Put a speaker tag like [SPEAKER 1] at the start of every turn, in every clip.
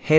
[SPEAKER 1] Hey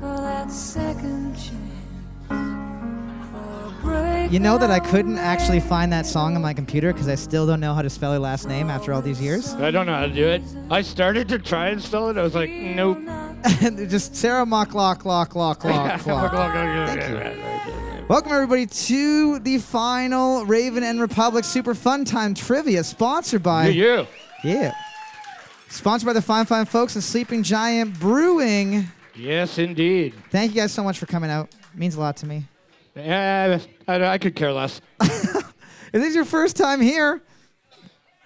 [SPEAKER 2] for that second chance. For a break
[SPEAKER 3] You know that I
[SPEAKER 2] now
[SPEAKER 3] couldn't
[SPEAKER 2] and
[SPEAKER 3] actually
[SPEAKER 2] then.
[SPEAKER 3] find that song on my computer because I still don't know how to spell her last name after all these years.
[SPEAKER 4] I don't know how to do it. I started to try and spell it. I was like, nope.
[SPEAKER 3] And Just Sarah Mocklock, Lock, Lock, Lock, Lock. Welcome, everybody, to the final Raven and Republic Super Fun Time Trivia, sponsored by.
[SPEAKER 4] You, you.
[SPEAKER 3] Yeah. Sponsored by the Fine Fine Folks and Sleeping Giant Brewing.
[SPEAKER 4] Yes, indeed.
[SPEAKER 3] Thank you guys so much for coming out. means a lot to me.
[SPEAKER 4] Uh, I, I could care less.
[SPEAKER 3] If this is your first time here,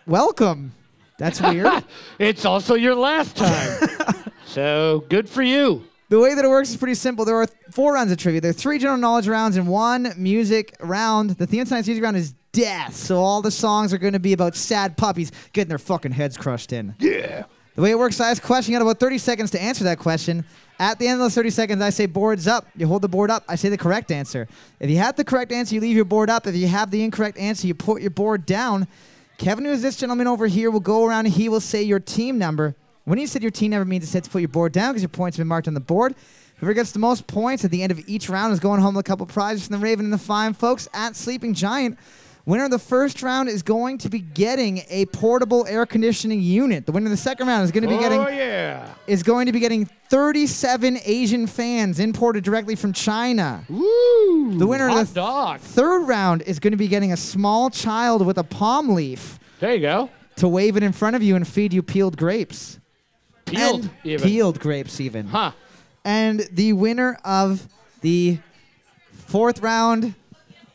[SPEAKER 3] welcome. That's weird.
[SPEAKER 4] It's also your last time. so good for you.
[SPEAKER 3] The way that it works is pretty simple. There are th- four rounds of trivia. There are three general knowledge rounds and one music round. The theme of tonight's music round is death. So all the songs are going to be about sad puppies getting their fucking heads crushed in. Yeah. The way it works, I ask a question. You got about 30 seconds to answer that question. At the end of those 30 seconds, I say boards up. You hold the board up. I say the correct answer. If you have the correct answer, you leave your board up. If you have the incorrect answer, you put your board down. Kevin, who is this gentleman over here, will go around and he will say your team number. When he said your team number means it's said to put your board down because your points have been marked on the board. Whoever gets the most points at the end of each round is going home with a couple prizes from the Raven and the Fine folks at Sleeping Giant. Winner of the first round is going to be getting a portable air conditioning unit. The winner of the second round is going to be getting
[SPEAKER 4] oh, yeah.
[SPEAKER 3] is going to be getting 37 Asian fans imported directly from China.
[SPEAKER 4] Woo.
[SPEAKER 3] The winner of
[SPEAKER 4] Hot
[SPEAKER 3] the-
[SPEAKER 4] dog.
[SPEAKER 3] Third round is going to be getting a small child with a palm leaf
[SPEAKER 4] There you go.
[SPEAKER 3] to wave it in front of you and feed you peeled grapes.
[SPEAKER 4] Peeled.
[SPEAKER 3] And
[SPEAKER 4] even.
[SPEAKER 3] Peeled grapes, even.
[SPEAKER 4] Huh.
[SPEAKER 3] And the winner of the fourth round,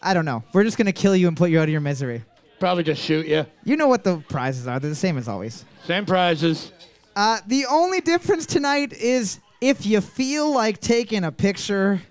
[SPEAKER 3] I don't know. We're just going to kill you and put you out of your misery.
[SPEAKER 4] Probably just shoot you.
[SPEAKER 3] You know what the prizes are. They're the same as always.
[SPEAKER 4] Same prizes.
[SPEAKER 3] Uh, the only difference tonight is if you feel like taking a picture,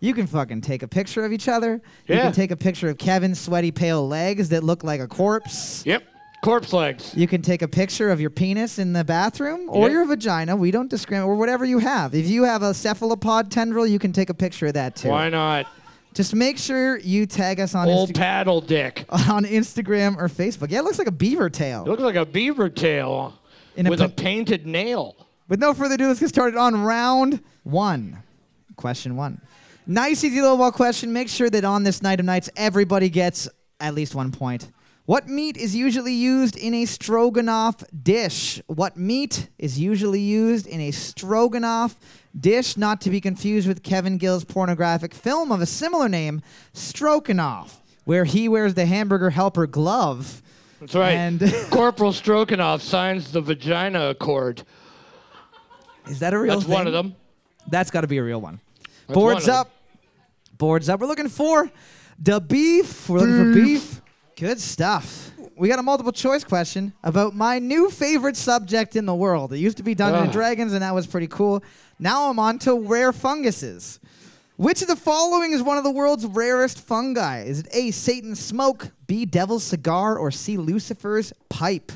[SPEAKER 3] you can fucking take a picture of each other. You
[SPEAKER 4] Yeah.
[SPEAKER 3] can take a picture of Kevin's sweaty, pale legs that look like a corpse.
[SPEAKER 4] Yep. Corpse legs.
[SPEAKER 3] You can take a picture of your penis in the bathroom or
[SPEAKER 4] Yeah.
[SPEAKER 3] your vagina. We don't discriminate, or whatever you have. If you have a cephalopod tendril, you can take a picture of that too.
[SPEAKER 4] Why not?
[SPEAKER 3] Just make sure you tag us on
[SPEAKER 4] Old
[SPEAKER 3] Insta- Uh,
[SPEAKER 4] paddle dick.
[SPEAKER 3] on Instagram or Facebook. Yeah, it looks like a beaver tail.
[SPEAKER 4] It looks like a beaver tail
[SPEAKER 3] In a
[SPEAKER 4] with a
[SPEAKER 3] pa-
[SPEAKER 4] painted nail.
[SPEAKER 3] With no further ado, let's get started on round one. Question one. Nice, easy lowball question. Make sure that on this night of nights, everybody gets at least one point. What meat is usually used in a stroganoff dish? What meat is usually used in a stroganoff dish? Not to be confused with Kevin Gill's pornographic film of a similar name, Stroganoff, where he wears the hamburger helper glove.
[SPEAKER 4] That's right.
[SPEAKER 3] And-
[SPEAKER 4] Corporal Strokanoff signs the vagina accord.
[SPEAKER 3] Is that a real
[SPEAKER 4] That's
[SPEAKER 3] thing?
[SPEAKER 4] one of them.
[SPEAKER 3] That's got to be a real one.
[SPEAKER 4] one of
[SPEAKER 3] boards
[SPEAKER 4] them.
[SPEAKER 3] up. Boards up. We're looking for the beef. We're looking for beef. Good stuff. We got a multiple choice question about my new favorite subject in the world. It used to be Dungeons and
[SPEAKER 4] Ugh.
[SPEAKER 3] Dragons, and that was pretty cool. Now I'm on to rare funguses. Which of the following is one of the world's rarest fungi? Is it A, Satan's smoke, B, devil's cigar, or C, Lucifer's pipe?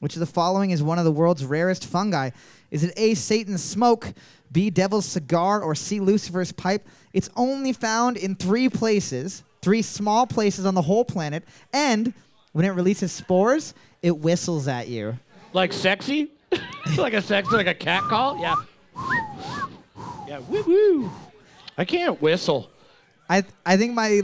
[SPEAKER 3] Which of the following is one of the world's rarest fungi? Is it A, Satan's smoke, B, devil's cigar, or C, Lucifer's pipe? It's only found in three places, three small places on the whole planet, and when it releases spores, it whistles at you.
[SPEAKER 4] Like sexy? like a sex, like a cat call? Yeah. Yeah, woo woo. I can't whistle.
[SPEAKER 3] I, I think my,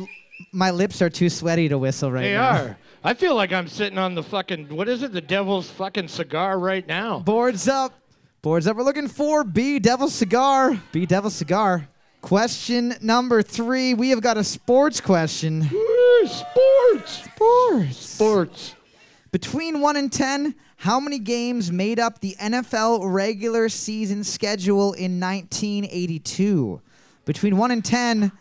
[SPEAKER 3] my lips are too sweaty to whistle right
[SPEAKER 4] They
[SPEAKER 3] now.
[SPEAKER 4] are. I feel like I'm sitting on the fucking, what is it, the devil's fucking cigar right now.
[SPEAKER 3] Boards up. Boards up. We're looking for B Devil Cigar. B Devil Cigar. Question number three. We have got a sports question.
[SPEAKER 4] Woo, Sports.
[SPEAKER 3] Sports.
[SPEAKER 4] Sports.
[SPEAKER 3] Between 1 and 10, how many games made up the NFL regular season schedule in 1982? Between 1 and 10,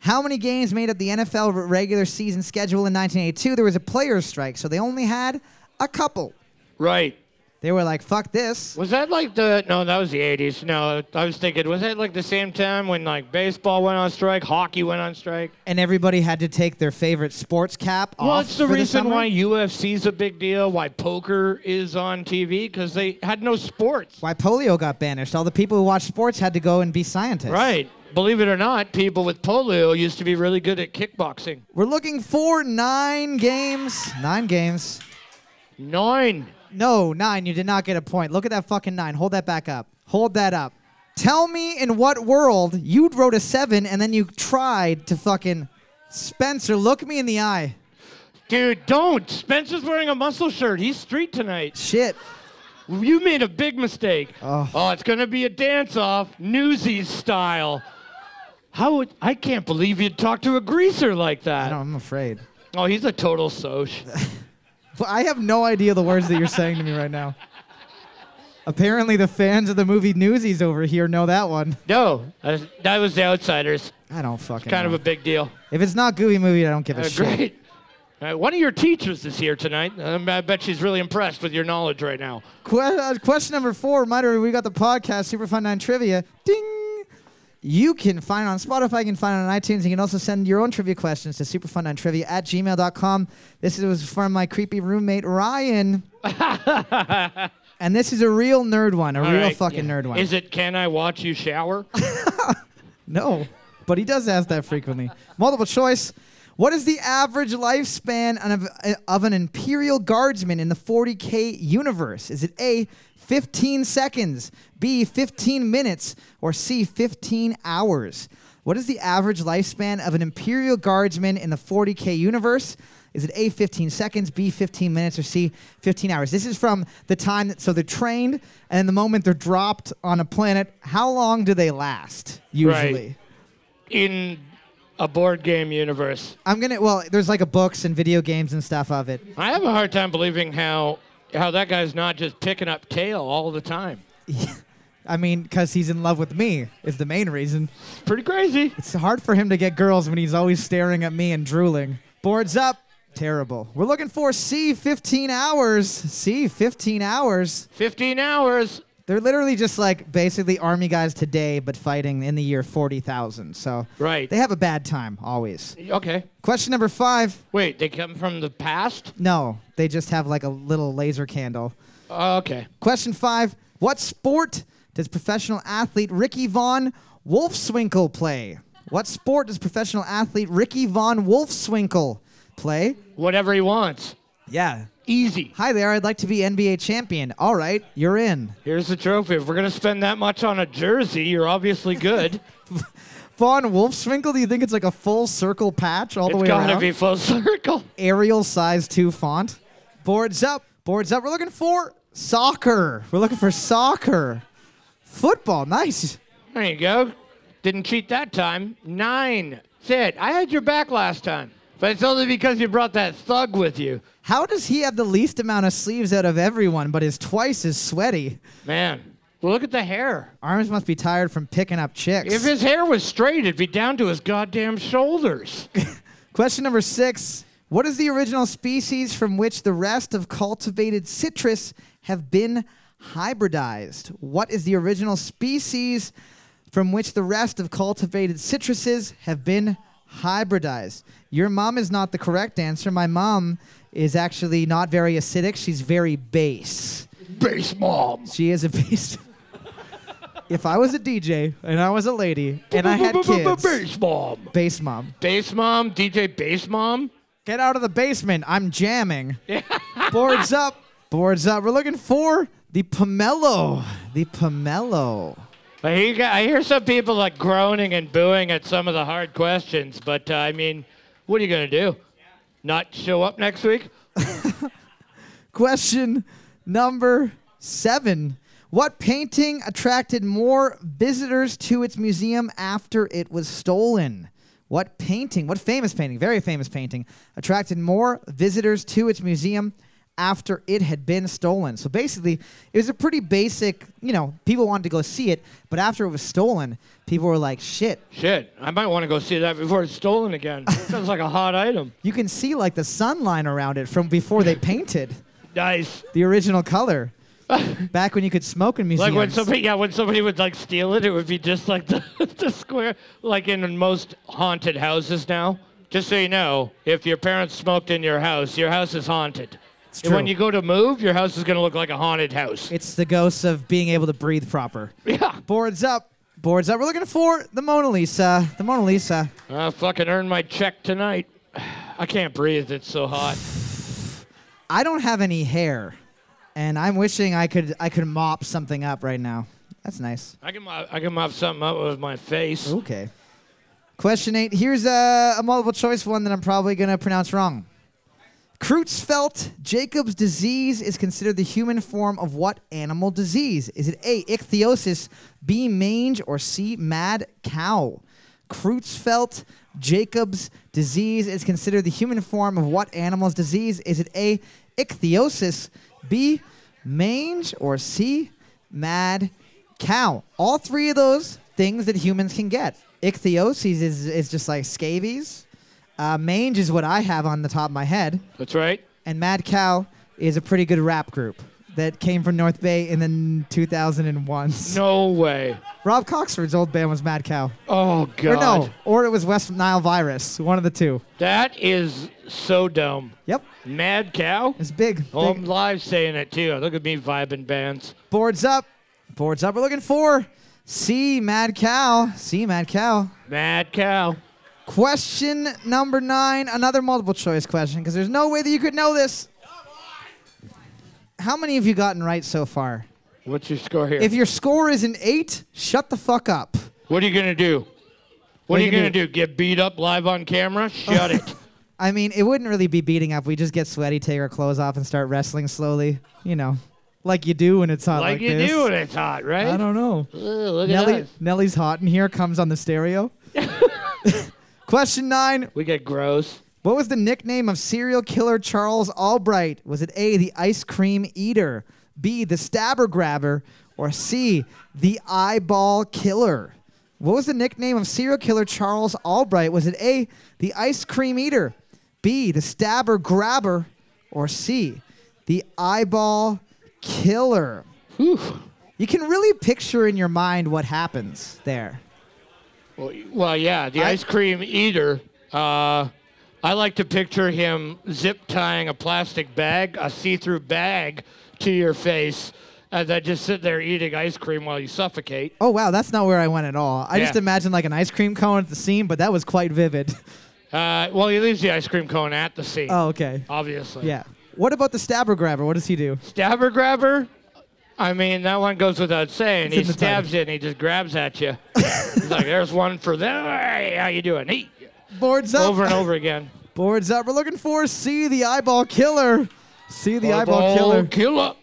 [SPEAKER 3] how many games made up the NFL re- regular season schedule in 1982? There was a players' strike, so they only had a couple.
[SPEAKER 4] Right.
[SPEAKER 3] They were like, fuck this.
[SPEAKER 4] Was that like the no? That was the '80s. No, I was thinking, was that like the same time when like baseball went on strike, hockey went on strike?
[SPEAKER 3] And everybody had to take their favorite sports cap off.
[SPEAKER 4] Well, it's the
[SPEAKER 3] for
[SPEAKER 4] reason
[SPEAKER 3] summer.
[SPEAKER 4] why UFC's a big deal, why poker is on TV, because they had no sports.
[SPEAKER 3] Why polio got banished. All the people who watched sports had to go and be scientists.
[SPEAKER 4] Right. Believe it or not, people with polio used to be really good at kickboxing.
[SPEAKER 3] We're looking for nine games. Nine games.
[SPEAKER 4] Nine.
[SPEAKER 3] No, nine. You did not get a point. Look at that fucking nine. Hold that back up. Hold that up. Tell me in what world you wrote a seven and then you tried to fucking. Spencer, look me in the eye.
[SPEAKER 4] Dude, don't. Spencer's wearing a muscle shirt. He's street tonight.
[SPEAKER 3] Shit.
[SPEAKER 4] You made a big mistake.
[SPEAKER 3] Oh.
[SPEAKER 4] it's going to be a dance off, Newsies style. How would, I can't believe you'd talk to a greaser like
[SPEAKER 3] I
[SPEAKER 4] that.
[SPEAKER 3] don't, I'm afraid.
[SPEAKER 4] Oh, he's a total soch.
[SPEAKER 3] Well, I have no idea the words that you're saying to me right now. Apparently, the fans of the movie Newsies over here know that one.
[SPEAKER 4] no, that that was the outsiders.
[SPEAKER 3] I don't fucking.
[SPEAKER 4] Kind
[SPEAKER 3] know.
[SPEAKER 4] of a big deal.
[SPEAKER 3] If it's not Gooey movie, I don't give a
[SPEAKER 4] Uh,
[SPEAKER 3] shit.
[SPEAKER 4] great. Uh, one of your teachers is here tonight. Um, I bet she's really impressed with your knowledge right now.
[SPEAKER 3] Que- uh, question number four, reminder, we got the podcast, Super Fun 9 Trivia. Ding! You can find it on Spotify, you can find it on iTunes, you can also send your own trivia questions to superfun9trivia at gmail.com. This was from my creepy roommate, Ryan. and this is a real nerd one, a
[SPEAKER 4] All
[SPEAKER 3] real
[SPEAKER 4] right,
[SPEAKER 3] fucking
[SPEAKER 4] yeah.
[SPEAKER 3] nerd one.
[SPEAKER 4] Is it can I watch you shower?
[SPEAKER 3] No, but he does ask that frequently. Multiple choice. What is the average lifespan of, of an Imperial Guardsman in the 40K universe? Is it A, 15 seconds, B, 15 minutes, or C, 15 hours? What is the average lifespan of an Imperial Guardsman in the 40K universe? Is it A, 15 seconds, B, 15 minutes, or C, 15 hours? This is from the time that, so they're trained, and the moment they're dropped on a planet, how long do they last usually?
[SPEAKER 4] In a board game universe.
[SPEAKER 3] I'm gonna. Well, there's like a books and video games and stuff of it.
[SPEAKER 4] I have a hard time believing how how that guy's not just picking up tail all the time.
[SPEAKER 3] I mean, because he's in love with me is the main reason.
[SPEAKER 4] It's pretty crazy.
[SPEAKER 3] It's hard for him to get girls when he's always staring at me and drooling. Boards up. Terrible. We're looking for C 15 hours. C 15 hours.
[SPEAKER 4] 15 hours.
[SPEAKER 3] They're literally just like basically army guys today, but fighting in the year 40,000. So
[SPEAKER 4] Right.
[SPEAKER 3] they have a bad time always.
[SPEAKER 4] Okay.
[SPEAKER 3] Question number five.
[SPEAKER 4] Wait, they come from the past?
[SPEAKER 3] No, they just have like a little laser candle.
[SPEAKER 4] Oh, okay.
[SPEAKER 3] Question five What sport does professional athlete Ricky Von Wolfswinkel play? What sport does professional athlete Ricky Von Wolfswinkel play?
[SPEAKER 4] Whatever he wants.
[SPEAKER 3] Yeah.
[SPEAKER 4] Easy.
[SPEAKER 3] Hi there, I'd like to be NBA champion. All right, you're in.
[SPEAKER 4] Here's the trophy. If we're going to spend that much on a jersey, you're obviously good.
[SPEAKER 3] Von Wolfswinkel, do you think it's like a full circle patch all the
[SPEAKER 4] it's
[SPEAKER 3] way
[SPEAKER 4] got to
[SPEAKER 3] around?
[SPEAKER 4] be full circle.
[SPEAKER 3] Arial size 2 font. Boards up, boards up. We're looking for soccer. We're looking for soccer. Football, nice.
[SPEAKER 4] There you go. Didn't cheat that time. Nine. That's it. I had your back last time. But it's only because you brought that thug with you.
[SPEAKER 3] How does he have the least amount of sleeves out of everyone, but is twice as sweaty?
[SPEAKER 4] Man, look at the hair.
[SPEAKER 3] Arms must be tired from picking up chicks.
[SPEAKER 4] If his hair was straight, it'd be down to his goddamn shoulders.
[SPEAKER 3] Question number six What is the original species from which the rest of cultivated citrus have been hybridized? What is the original species from which the rest of cultivated citruses have been hybridized? Your mom is not the correct answer. My mom is actually not very acidic, she's very base.
[SPEAKER 4] Base mom.
[SPEAKER 3] She is a beast. if I was a DJ and I was a lady and I had kids,
[SPEAKER 4] Base mom.
[SPEAKER 3] bass mom,
[SPEAKER 4] Base mom, DJ Base mom.
[SPEAKER 3] get out of the basement. I'm jamming. Boards up. Boards up. We're looking for the pomelo. The pomelo.
[SPEAKER 4] I hear, I hear some people like groaning and booing at some of the hard questions, but uh, I mean, what are you going to do? Not show up next week?
[SPEAKER 3] Question number seven. What painting attracted more visitors to its museum after it was stolen? What painting, what famous painting, very famous painting, attracted more visitors to its museum after it had been stolen? So basically, it was a pretty basic, you know, people wanted to go see it, but after it was stolen, people were like, shit,
[SPEAKER 4] Shit, I might want to go see that before it's stolen again. Sounds like a hot item.
[SPEAKER 3] you can see like the sun line around it from before they painted
[SPEAKER 4] Nice.
[SPEAKER 3] the original color. Back when you could smoke in museums.
[SPEAKER 4] Like when somebody, yeah, when somebody would like steal it, it would be just like the, the square, like in most haunted houses now. Just so you know, if your parents smoked in your house, your house is haunted.
[SPEAKER 3] It's
[SPEAKER 4] And when
[SPEAKER 3] true.
[SPEAKER 4] you go to move, your house is gonna look like a haunted house.
[SPEAKER 3] It's the ghosts of being able to breathe proper.
[SPEAKER 4] yeah.
[SPEAKER 3] Boards up. Boards up. We're looking for the Mona Lisa. The Mona Lisa.
[SPEAKER 4] I fucking earn my check tonight. I can't breathe. It's so hot.
[SPEAKER 3] I don't have any hair, and I'm wishing I could I could mop something up right now. That's nice.
[SPEAKER 4] I can mop, I can mop something up with my face.
[SPEAKER 3] Okay. Question eight. Here's a, a multiple choice one that I'm probably going to pronounce wrong. Creutzfeldt Jacob's disease is considered the human form of what animal disease? Is it A, ichthyosis, B, mange, or C, mad cow? Creutzfeldt Jacob's disease is considered the human form of what animal's disease? Is it A, ichthyosis, B, mange, or C, mad cow? All three of those things that humans can get. Ichthyosis is, is just like scabies. Uh, mange is what I have on the top of my head,
[SPEAKER 4] That's right.
[SPEAKER 3] and Mad Cow is a pretty good rap group that came from North Bay in the n- 2001s.
[SPEAKER 4] No way.
[SPEAKER 3] Rob Coxford's old band was Mad Cow.
[SPEAKER 4] Oh
[SPEAKER 3] Or
[SPEAKER 4] god.
[SPEAKER 3] no, or it was West Nile Virus, one of the two.
[SPEAKER 4] That is so dumb.
[SPEAKER 3] Yep,
[SPEAKER 4] Mad cow.
[SPEAKER 3] it's big.
[SPEAKER 4] Oh,
[SPEAKER 3] big.
[SPEAKER 4] I'm live saying it too. Look at me vibing bands.
[SPEAKER 3] Boards up, boards up. We're looking for C Mad Cow, C Mad Cow.
[SPEAKER 4] Mad cow.
[SPEAKER 3] Question number nine, another multiple choice question, because there's no way that you could know this. How many have you gotten right so far?
[SPEAKER 4] What's your score here?
[SPEAKER 3] If your score is an eight, shut the fuck up.
[SPEAKER 4] what are you gonna do? What,
[SPEAKER 3] What
[SPEAKER 4] are you gonna do? Get beat up live on camera? Shut it.
[SPEAKER 3] I mean, it wouldn't really be beating up. We just get sweaty, take our clothes off, and start wrestling slowly. You know, like you do when it's hot. Like,
[SPEAKER 4] Like, you
[SPEAKER 3] this.
[SPEAKER 4] do when it's hot, right?
[SPEAKER 3] I don't know.
[SPEAKER 4] Ugh, look at
[SPEAKER 3] Nelly,
[SPEAKER 4] us.
[SPEAKER 3] Nelly's hot in here. Comes on the stereo. Question nine.
[SPEAKER 4] We get gross.
[SPEAKER 3] What was the nickname of serial killer Charles Albright? Was it A, the ice cream eater, B, the stabber grabber, or C, the eyeball killer? What was the nickname of serial killer Charles Albright? Was it A, the ice cream eater, B, the stabber grabber, or C, the eyeball killer?
[SPEAKER 4] Whew.
[SPEAKER 3] You can really picture in your mind what happens there.
[SPEAKER 4] Well, y- well, yeah, the
[SPEAKER 3] I-
[SPEAKER 4] ice cream eater. Uh, I like to picture him zip tying a plastic bag, a see-through bag, to your face, and then just sit there eating ice cream while you suffocate.
[SPEAKER 3] Oh, wow, that's not where I went at all. I just
[SPEAKER 4] Yeah.
[SPEAKER 3] imagined like an ice cream cone at the scene, but that was quite vivid.
[SPEAKER 4] Uh, well, he leaves the ice cream cone at the scene,
[SPEAKER 3] Oh, okay.
[SPEAKER 4] obviously.
[SPEAKER 3] Yeah. What about the stabber grabber? What does he do?
[SPEAKER 4] Stabber grabber? I mean, that one goes without saying.
[SPEAKER 3] It's
[SPEAKER 4] he
[SPEAKER 3] in the
[SPEAKER 4] stabs you and he just grabs at you. He's like, there's one for them. Hey, how you doing? Eat.
[SPEAKER 3] Boards up.
[SPEAKER 4] Over and over again.
[SPEAKER 3] Boards up. We're looking for C, the eyeball killer. C, the eyeball
[SPEAKER 4] Ball
[SPEAKER 3] killer.
[SPEAKER 4] killer.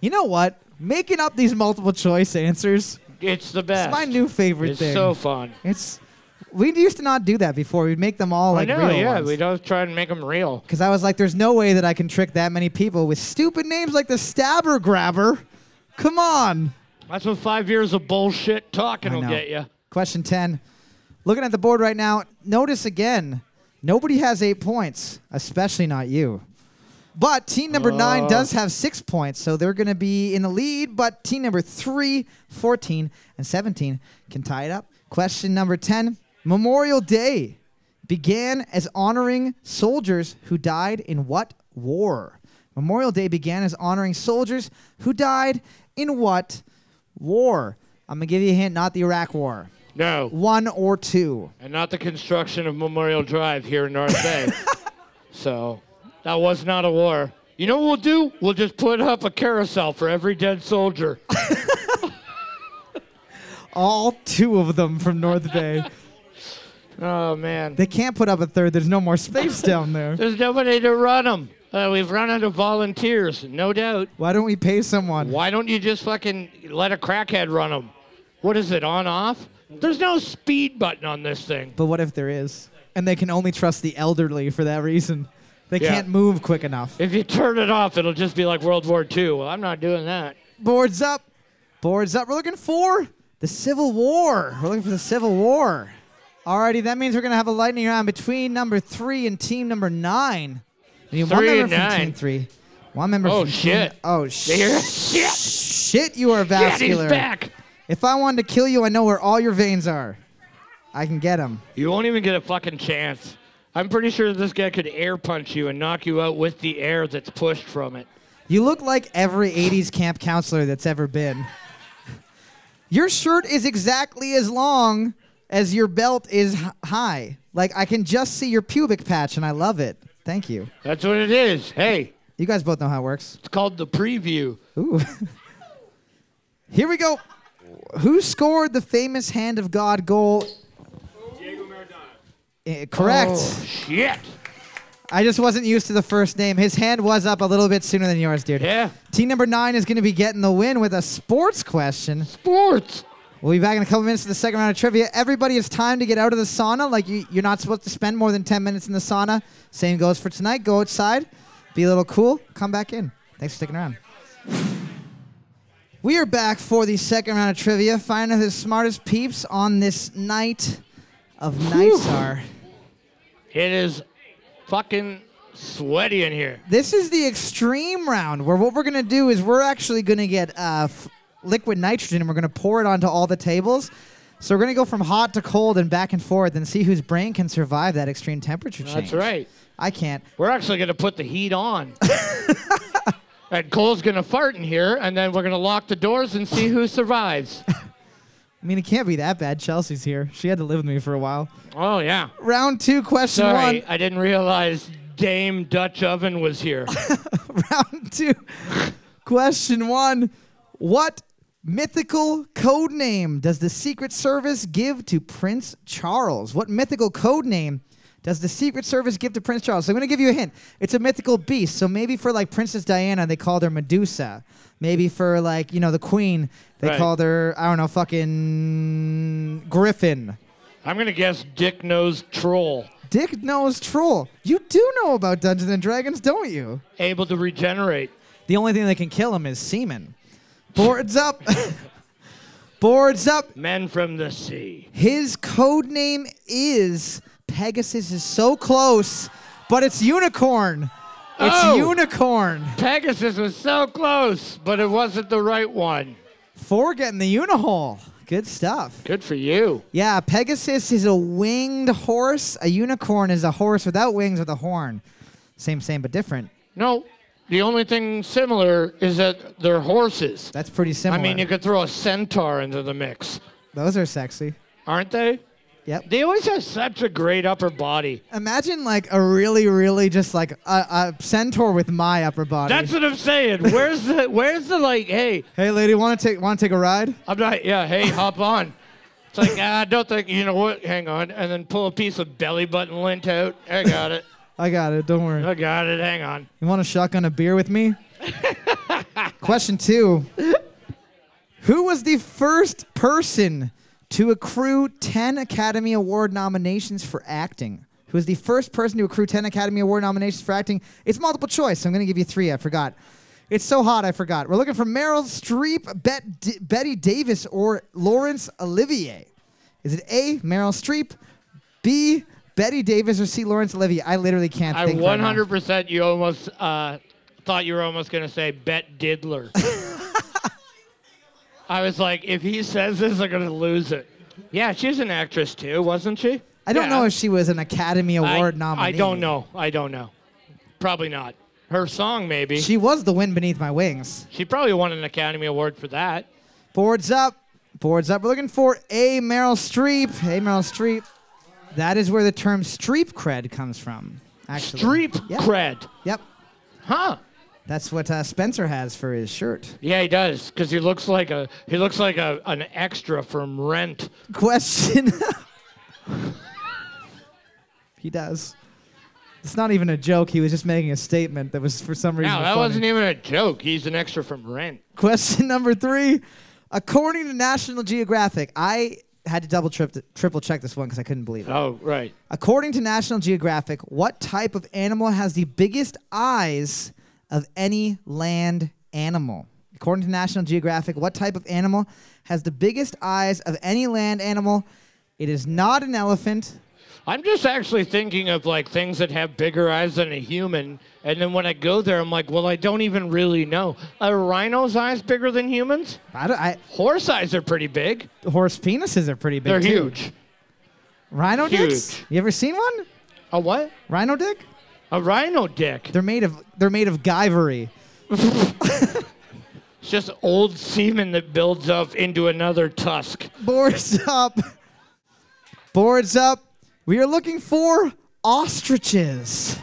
[SPEAKER 3] You know what? Making up these multiple choice answers
[SPEAKER 4] It's the best.
[SPEAKER 3] is my new favorite
[SPEAKER 4] It's
[SPEAKER 3] thing.
[SPEAKER 4] so fun.
[SPEAKER 3] it's we used to not do that before. We'd make them all like
[SPEAKER 4] I know,
[SPEAKER 3] real
[SPEAKER 4] yeah.
[SPEAKER 3] ones.
[SPEAKER 4] We don't try and make them real.
[SPEAKER 3] Because I was like, there's no way that I can trick that many people with stupid names like the stabber grabber. Come on.
[SPEAKER 4] That's what five years of bullshit talking
[SPEAKER 3] I
[SPEAKER 4] will
[SPEAKER 3] know.
[SPEAKER 4] get you.
[SPEAKER 3] Question 10. Looking at the board right now, notice again, nobody has eight points, especially not you. But team number nine does have six points, so they're going to be in the lead. But team number three, 14, and 17 can tie it up. Question number 10 Memorial Day began as honoring soldiers who died in what war? Memorial Day began as honoring soldiers who died in what war? I'm going to give you a hint, not the Iraq War
[SPEAKER 4] No.
[SPEAKER 3] one or two.
[SPEAKER 4] And not the construction of Memorial Drive here in North Bay. so that was not a war. You know what we'll do? We'll just put up a carousel for every dead soldier.
[SPEAKER 3] All two of them from North Bay.
[SPEAKER 4] oh, man.
[SPEAKER 3] they can't put up a third. There's no more space down there.
[SPEAKER 4] There's nobody to run them. Uh, we've run out of volunteers, no doubt.
[SPEAKER 3] Why don't we pay someone?
[SPEAKER 4] Why don't you just fucking let a crackhead run them? What is it, on off? There's no speed button on this thing.
[SPEAKER 3] But what if there is? And they can only trust the elderly for that reason. They
[SPEAKER 4] Yeah.
[SPEAKER 3] can't move quick enough.
[SPEAKER 4] If you turn it off, it'll just be like World War II. Well, I'm not doing that.
[SPEAKER 3] Boards up. Boards up. We're looking for the Civil War. We're looking for the Civil War. Alrighty, that means we're gonna have a lightning round between number three and team number nine. We need one
[SPEAKER 4] Three
[SPEAKER 3] number
[SPEAKER 4] and
[SPEAKER 3] from
[SPEAKER 4] nine.
[SPEAKER 3] team three. One member.
[SPEAKER 4] Oh,
[SPEAKER 3] from King-
[SPEAKER 4] shit.
[SPEAKER 3] Oh
[SPEAKER 4] They hear
[SPEAKER 3] shit!
[SPEAKER 4] shit.
[SPEAKER 3] Shit, you are
[SPEAKER 4] Shit, he's
[SPEAKER 3] vascular.
[SPEAKER 4] back.
[SPEAKER 3] If I wanted to kill you, I know where all your veins are. I can get them.
[SPEAKER 4] You won't even get a fucking chance. I'm pretty sure this guy could air punch you and knock you out with the air that's pushed from it.
[SPEAKER 3] You look like every 80s camp counselor that's ever been. Your shirt is exactly as long as your belt is h- high. Like, I can just see your pubic patch, and I love it. Thank you.
[SPEAKER 4] That's what it is. Hey,
[SPEAKER 3] You guys both know how it works.
[SPEAKER 4] it's called the preview.
[SPEAKER 3] Ooh. Here we go. Who scored the famous Hand of God goal? Diego Maradona. correct.
[SPEAKER 4] Oh, shit.
[SPEAKER 3] I just wasn't used to the first name. His hand was up a little bit sooner than yours, dude.
[SPEAKER 4] Yeah.
[SPEAKER 3] Team number nine is going to be getting the win with a sports question.
[SPEAKER 4] Sports.
[SPEAKER 3] We'll be back in a couple minutes for the second round of trivia. Everybody, it's time to get out of the sauna. Like you, you're not supposed to spend more than 10 minutes in the sauna. Same goes for tonight. Go outside, be a little cool, come back in. Thanks for sticking around. We are back for the second round of trivia. Find out who the smartest peeps on this night of nights are.
[SPEAKER 4] It is fucking sweaty in here.
[SPEAKER 3] This is the extreme round where what we're going to do is we're actually going to get uh, f- liquid nitrogen and we're going to pour it onto all the tables. So we're going to go from hot to cold and back and forth and see whose brain can survive that extreme temperature change.
[SPEAKER 4] That's right.
[SPEAKER 3] I can't.
[SPEAKER 4] We're actually going to put the heat on. and Cole's going to fart in here, and then we're going to lock the doors and see who survives.
[SPEAKER 3] I mean, it can't be that bad. Chelsea's here. She had to live with me for a while.
[SPEAKER 4] Oh, yeah.
[SPEAKER 3] Round two, question
[SPEAKER 4] Sorry,
[SPEAKER 3] one.
[SPEAKER 4] I didn't realize Dame Dutch Oven was here.
[SPEAKER 3] Round two, question one. What mythical code name does the Secret Service give to Prince Charles? What mythical code name does the Secret Service give to Prince Charles? So I'm going to give you a hint. It's a mythical beast. So maybe for like Princess Diana, they called her Medusa. Maybe for like, you know, the Queen, they
[SPEAKER 4] Right.
[SPEAKER 3] called her, I don't know, fucking Griffin.
[SPEAKER 4] I'm going to guess Dick Nose Troll.
[SPEAKER 3] Dick Nose Troll. You do know about Dungeons and Dragons, don't you?
[SPEAKER 4] Able to regenerate.
[SPEAKER 3] The only thing that can kill him is semen. Boards up. Boards up.
[SPEAKER 4] Men from the sea.
[SPEAKER 3] His code name is Pegasus is so close, but it's unicorn. It's
[SPEAKER 4] Oh!
[SPEAKER 3] unicorn.
[SPEAKER 4] Pegasus was so close, but it wasn't the right one.
[SPEAKER 3] Four getting the unihole. Good stuff.
[SPEAKER 4] Good for you.
[SPEAKER 3] Yeah, Pegasus is a winged horse. A unicorn is a horse without wings with a horn. Same, same, but different.
[SPEAKER 4] No, the only thing similar is that they're horses.
[SPEAKER 3] That's pretty
[SPEAKER 4] I
[SPEAKER 3] similar.
[SPEAKER 4] mean, you could throw a centaur into the mix,
[SPEAKER 3] Those are sexy.
[SPEAKER 4] aren't they?
[SPEAKER 3] Yep.
[SPEAKER 4] They always have such a great upper body.
[SPEAKER 3] Imagine like a really, really just like a, a centaur with my upper body.
[SPEAKER 4] That's what I'm saying. Where's the where's the like, hey,
[SPEAKER 3] hey, lady, want to take want to take a ride?
[SPEAKER 4] I'm not yeah, hey, hop on. It's like, ah, I don't think you know what, hang on, and then pull a piece of belly button lint out. I got it.
[SPEAKER 3] I got it. Don't worry.
[SPEAKER 4] I got it, hang on.
[SPEAKER 3] You want to shotgun a beer with me? Question two: Who was the first person to accrue ten Academy Award nominations for acting? Who was the first person to accrue ten Academy Award nominations for acting? It's multiple choice. so I'm going to give you three. I forgot. It's so hot, I forgot. We're looking for Meryl Streep, Bet- D- Betty Davis, or Laurence Olivier. Is it A, Meryl Streep, B, Betty Davis, or C, Laurence Olivier? I literally can't
[SPEAKER 4] I
[SPEAKER 3] think. right now.
[SPEAKER 4] 100% you almost uh, thought you were almost going to say Bet Diddler. I was like, if he says this, I'm going to lose it. Yeah, she's an actress too, wasn't she?
[SPEAKER 3] I don't
[SPEAKER 4] Yeah.
[SPEAKER 3] know if she was an Academy
[SPEAKER 4] I-
[SPEAKER 3] Award nominee.
[SPEAKER 4] I don't know. I don't know. Probably not. Her song, maybe. She,
[SPEAKER 3] She was the wind beneath my wings.
[SPEAKER 4] probably won an Academy Award for that.
[SPEAKER 3] Boards up. Boards up. We're looking for a Meryl Streep. Hey, Meryl Streep. That is where the term streep cred comes from, actually.
[SPEAKER 4] Streep
[SPEAKER 3] yep.
[SPEAKER 4] cred.
[SPEAKER 3] Yep.
[SPEAKER 4] Huh.
[SPEAKER 3] That's what uh, Spencer has for his shirt.
[SPEAKER 4] Yeah, he does, because he looks like a he looks like a, an extra from Rent.
[SPEAKER 3] Question. he does. It's not even a joke. He was just making a statement that was for some reason.
[SPEAKER 4] No, that
[SPEAKER 3] funny.
[SPEAKER 4] wasn't even a joke. He's an extra from Rent.
[SPEAKER 3] Question number three. According to National Geographic, I had to double trip triple check this one because I couldn't believe it.
[SPEAKER 4] Oh, right.
[SPEAKER 3] According to National Geographic, what type of animal has the biggest eyes of any land animal? According to National Geographic, what type of animal has the biggest eyes of any land animal? It is not an elephant.
[SPEAKER 4] I'm just actually thinking of like things that have bigger eyes than a human, and then when I go there, I'm like, well, I don't even really know. Are rhino's eyes bigger than humans?
[SPEAKER 3] I don't, I,
[SPEAKER 4] Horse eyes are pretty big.
[SPEAKER 3] horse penises are pretty big.
[SPEAKER 4] They're
[SPEAKER 3] too.
[SPEAKER 4] huge.
[SPEAKER 3] Rhino dicks.
[SPEAKER 4] Huge.
[SPEAKER 3] You ever seen one?
[SPEAKER 4] A what?
[SPEAKER 3] Rhino dick?
[SPEAKER 4] A rhino dick.
[SPEAKER 3] They're made of they're made of gyvery.
[SPEAKER 4] It's just old semen that builds up into another tusk.
[SPEAKER 3] Boards up. Boards up. We are looking for ostriches.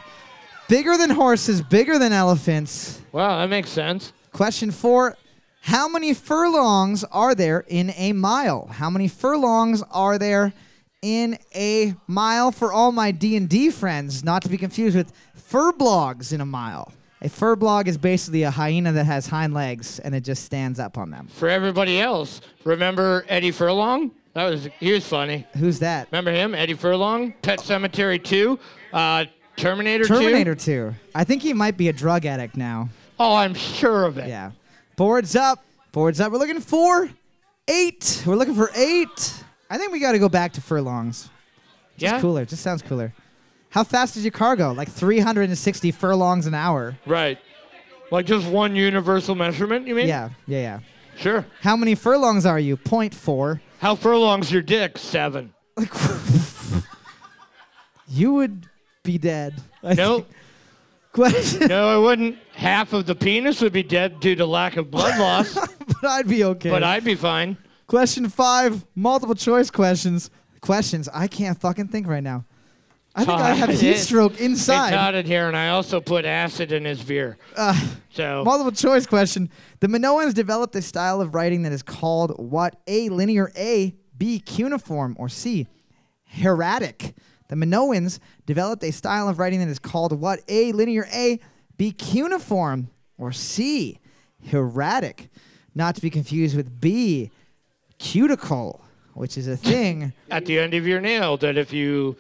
[SPEAKER 3] Bigger than horses, bigger than elephants.
[SPEAKER 4] Wow, that makes sense.
[SPEAKER 3] Question four How many furlongs are there in a mile? How many furlongs are there in a mile for all my D&D friends, not to be confused with furblogs in a mile? A furblog is basically a hyena that has hind legs and it just stands up on them.
[SPEAKER 4] For everybody else, remember Eddie Furlong? That was he was funny.
[SPEAKER 3] Who's that?
[SPEAKER 4] Remember him, Eddie Furlong? Pet Cemetery 2, uh, Terminator 2.
[SPEAKER 3] Terminator 2. I think he might be a drug addict now.
[SPEAKER 4] Oh, I'm sure of it.
[SPEAKER 3] Yeah. Boards up. Boards up. We're looking for eight. We're looking for eight. I think we got to go back to furlongs. Just
[SPEAKER 4] Yeah?
[SPEAKER 3] cooler. Just sounds cooler. How fast does your car go? Like 360 furlongs an hour.
[SPEAKER 4] Right. Like just one universal measurement, you mean?
[SPEAKER 3] Yeah, yeah, yeah.
[SPEAKER 4] Sure.
[SPEAKER 3] How many furlongs are you? Point four.
[SPEAKER 4] How furlong's your dick? Seven.
[SPEAKER 3] Like, you would be dead. I
[SPEAKER 4] No,
[SPEAKER 3] think. Question,
[SPEAKER 4] no, I wouldn't. Half of the penis would be dead due to lack of blood loss,
[SPEAKER 3] but I'd be okay.
[SPEAKER 4] but I'd be fine.
[SPEAKER 3] Question five, multiple choice questions. Questions. I can't fucking think right now. I think I have a heat
[SPEAKER 4] Todd.
[SPEAKER 3] stroke
[SPEAKER 4] They
[SPEAKER 3] inside.
[SPEAKER 4] Todd in here, and I also put acid in his beer. so
[SPEAKER 3] Multiple choice question. The Minoans developed a style of writing that is called what? A. Linear A, B. Cuneiform, or C. Hieratic. The Minoans developed a style of writing that is called what? A. Linear A, B. Cuneiform, or C. Hieratic. Not to be confused with B. Cuticle, which is a thing.
[SPEAKER 4] at the end of your nail, that if you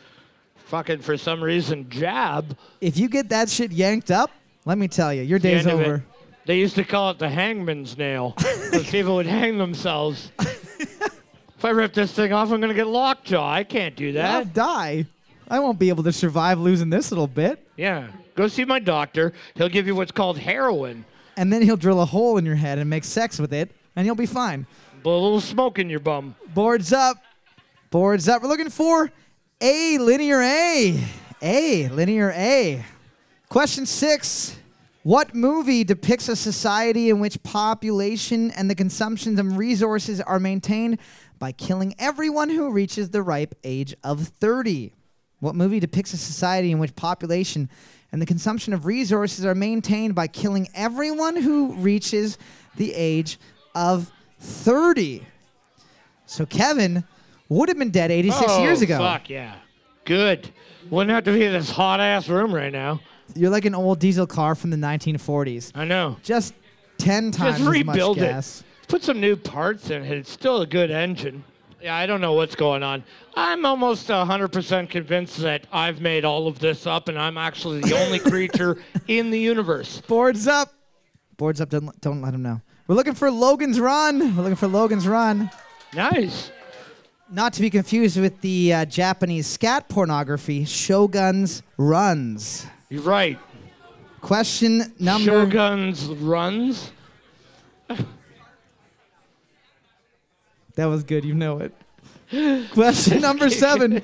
[SPEAKER 4] fucking for some reason jab,
[SPEAKER 3] if you get that shit yanked up, let me tell you, your
[SPEAKER 4] the
[SPEAKER 3] day's
[SPEAKER 4] end of it-
[SPEAKER 3] over.
[SPEAKER 4] they used to call it the hangman's nail. 'cause people would hang themselves. if I rip this thing off, I'm gonna get lockjaw. I can't do
[SPEAKER 3] I'll
[SPEAKER 4] that.
[SPEAKER 3] die. I won't be able to survive losing this little bit.
[SPEAKER 4] Yeah. Go see my doctor. He'll give you what's called heroin.
[SPEAKER 3] And then he'll drill a hole in your head and make sex with it, and you'll be fine.
[SPEAKER 4] Blow a little smoke in your bum.
[SPEAKER 3] Boards up. Boards up. We're looking for A linear A. A linear A. Question six. What movie depicts a society in which population and the consumption of resources are maintained by killing everyone who reaches the ripe age of 30? What movie depicts a society in which population and the consumption of resources are maintained by killing everyone who reaches the age of 30? So Kevin would have been dead 86
[SPEAKER 4] Oh,
[SPEAKER 3] years ago.
[SPEAKER 4] Fuck yeah. Good. Wouldn't have to be in this hot ass room right now.
[SPEAKER 3] You're like an old diesel car from the 1940s.
[SPEAKER 4] I know.
[SPEAKER 3] Just 10 times
[SPEAKER 4] Just rebuild
[SPEAKER 3] as much
[SPEAKER 4] it.
[SPEAKER 3] gas.
[SPEAKER 4] Put some new parts in it. It's still a good engine. Yeah, I don't know what's going on. I'm almost 100% convinced that I've made all of this up and I'm actually the only creature in the universe.
[SPEAKER 3] Boards up. Boards up. Don't, don't let him know. We're looking for Logan's Run. We're looking for Logan's Run.
[SPEAKER 4] Nice.
[SPEAKER 3] Not to be confused with the uh, Japanese scat pornography, Shogun's Runs.
[SPEAKER 4] You're right.
[SPEAKER 3] Question number.
[SPEAKER 4] Shogun's runs.
[SPEAKER 3] That was good. You know it. Question number seven.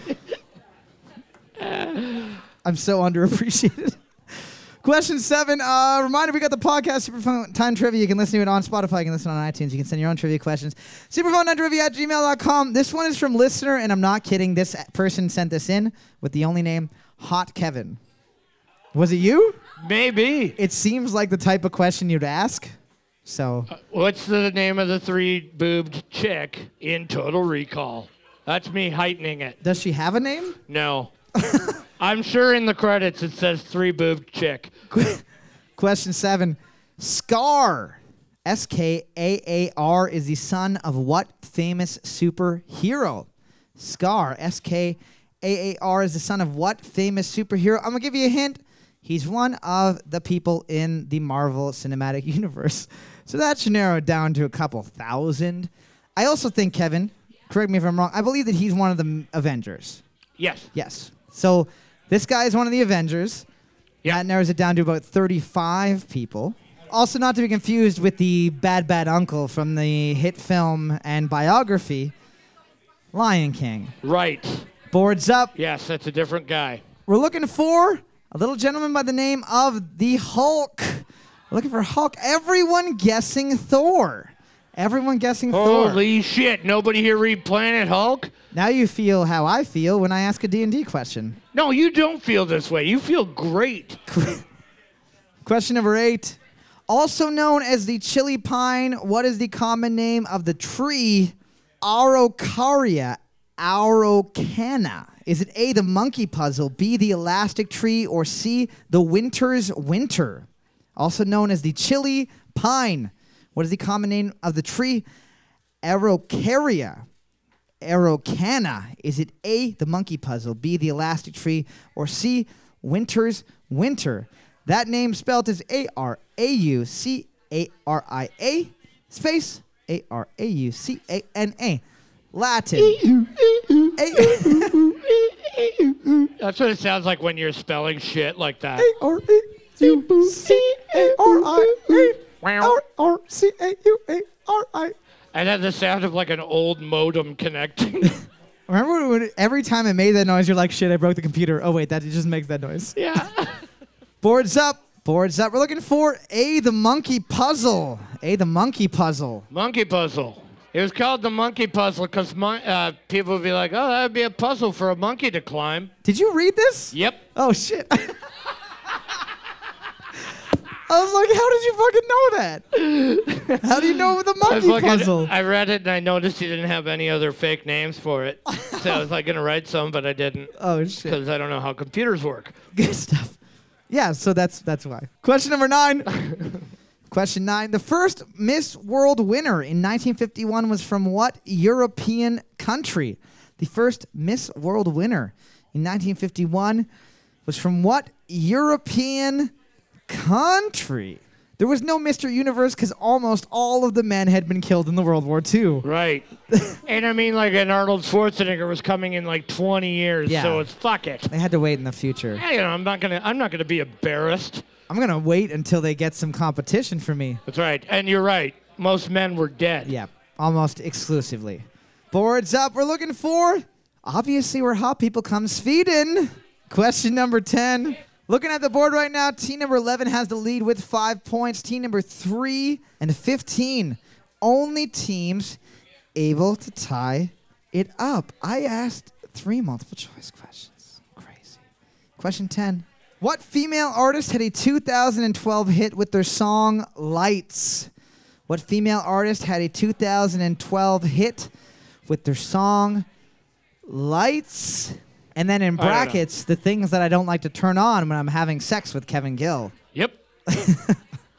[SPEAKER 3] I'm so underappreciated. Question seven. Uh, reminder: We got the podcast Superphone Time Trivia. You can listen to it on Spotify. You can listen on iTunes. You can send your own trivia questions. Superphone Time Trivia at gmail.com. This one is from listener, and I'm not kidding. This person sent this in with the only name Hot Kevin. Was it you?
[SPEAKER 4] Maybe.
[SPEAKER 3] It seems like the type of question you'd ask. So
[SPEAKER 4] What's the name of the three boobed chick in Total Recall? That's me heightening it.
[SPEAKER 3] does she have a name?
[SPEAKER 4] No. I'm sure in the credits it says three boobed chick.
[SPEAKER 3] Que- Question seven. Scar. S K A A R is the son of what famous superhero? Scar. S K A A R is the son of what famous superhero? I'm going to give you a hint. He's one of the people in the Marvel Cinematic Universe. So that should narrow it down to a couple thousand. I also think, Kevin, correct me if I'm wrong, I believe that he's one of the M- Avengers.
[SPEAKER 4] Yes.
[SPEAKER 3] Yes. So this guy is one of the Avengers.
[SPEAKER 4] Yeah.
[SPEAKER 3] That narrows it down to about 35 people. Also, not to be confused with the Bad Bad Uncle from the hit film and biography, Lion King.
[SPEAKER 4] Right.
[SPEAKER 3] Boards up.
[SPEAKER 4] Yes, that's a different guy.
[SPEAKER 3] We're looking for a little gentleman by the name of the Hulk. We're looking for Hulk. Everyone guessing Thor. Everyone guessing Thor.
[SPEAKER 4] Holy shit! Nobody here read Planet Hulk.
[SPEAKER 3] Now you feel how I feel when I ask a D&D question.
[SPEAKER 4] No, you don't feel this way. You feel great.
[SPEAKER 3] Question number eight. Also known as the chili pine, what is the common name of the tree Araucaria araucana? Is it A, the monkey puzzle, B, the elastic tree, or C, the winter's winter? Also known as the chili pine. What is the common name of the tree Araucaria araucana? Is it A, the monkey puzzle, B, the elastic tree, or C, winter's winter? That name spelt is A R A U C A R I A space A R A U C A N A. Latin. A-
[SPEAKER 4] That's what it sounds like when you're spelling shit like that.
[SPEAKER 3] R E U C A R I A
[SPEAKER 4] Wow.
[SPEAKER 3] R C A U A R I.
[SPEAKER 4] And then the sound of like an old modem connecting.
[SPEAKER 3] Remember when every time it made that noise, you're like, shit, I broke the computer. Oh, wait, that it just makes that noise.
[SPEAKER 4] yeah.
[SPEAKER 3] Boards up. Boards up. We're looking for A, the monkey puzzle. A, the monkey puzzle.
[SPEAKER 4] Monkey puzzle. It was called the monkey puzzle because mon- uh, people would be like, "Oh, that'd be a puzzle for a monkey to climb."
[SPEAKER 3] Did you read this?
[SPEAKER 4] Yep.
[SPEAKER 3] Oh shit. I was like, how did you fucking know that? How do you know the
[SPEAKER 4] I,
[SPEAKER 3] monkey
[SPEAKER 4] fucking-
[SPEAKER 3] puzzle?
[SPEAKER 4] I read it and I noticed you didn't have any other fake names for it, so I was like gonna write some, but I didn't
[SPEAKER 3] oh shit.
[SPEAKER 4] because I don't know how computers work.
[SPEAKER 3] Good stuff. Yeah, so that's that's why. Question number 9. Question 9. The first Miss World winner in 1951 was from what European country? The first Miss World winner in 1951 was from what European country? There was no Mr. Universe because almost all of the men had been killed in the World War II.
[SPEAKER 4] Right. and I mean, like an Arnold Schwarzenegger was coming in like 20 years,
[SPEAKER 3] Yeah.
[SPEAKER 4] so it's fuck it.
[SPEAKER 3] They had to wait in the future.
[SPEAKER 4] Hey, you know, I'm not gonna, I'm not gonna be embarrassed.
[SPEAKER 3] I'm going to wait until they get some competition for me.
[SPEAKER 4] That's right. And you're right. Most men were dead.
[SPEAKER 3] Yeah, almost exclusively. Boards up. We're looking for obviously where hot people come Sweden. Question number 10. Looking at the board right now, team number 11 has the lead with five points. Team number 3 and 15. Only teams able to tie it up. I asked three multiple choice questions. Crazy. Question 10. What female artist had a 2012 hit with their song Lights? What female artist had a 2012 hit with their song Lights? And then in
[SPEAKER 4] don't know.
[SPEAKER 3] brackets, the things that I don't like to turn on when I'm having sex with Kevin Gill.
[SPEAKER 4] Yep.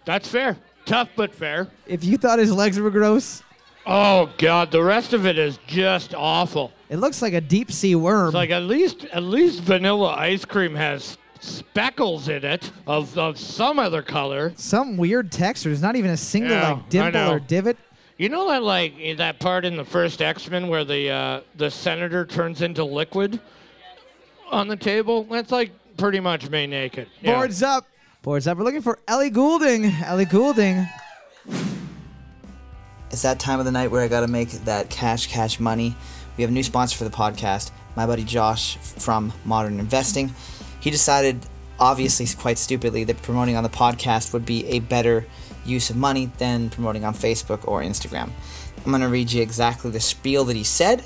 [SPEAKER 4] That's fair. Tough but fair.
[SPEAKER 3] If you thought his legs were gross,
[SPEAKER 4] Oh God, the rest of it is just awful.
[SPEAKER 3] it looks like a deep sea worm.
[SPEAKER 4] It's like at least at least vanilla ice cream has speckles in it of, of some other color.
[SPEAKER 3] Some weird texture. There's not even a single
[SPEAKER 4] Yeah, I
[SPEAKER 3] like dimple
[SPEAKER 4] know.
[SPEAKER 3] or divot.
[SPEAKER 4] You know that like eh, that part in the first X Men where the uh, the senator turns into liquid on the table. That's like pretty much me naked. Yeah.
[SPEAKER 3] Boards up. Boards up. We're looking for Ellie Goulding. Ellie Goulding.
[SPEAKER 1] It's that time of the night where I gotta make that cash, cash money. We have a new sponsor for the podcast, my buddy Josh from Modern Investing. He decided, obviously, quite stupidly, that promoting on the podcast would be a better use of money than promoting on Facebook or Instagram. I'm gonna read you exactly the spiel that he said.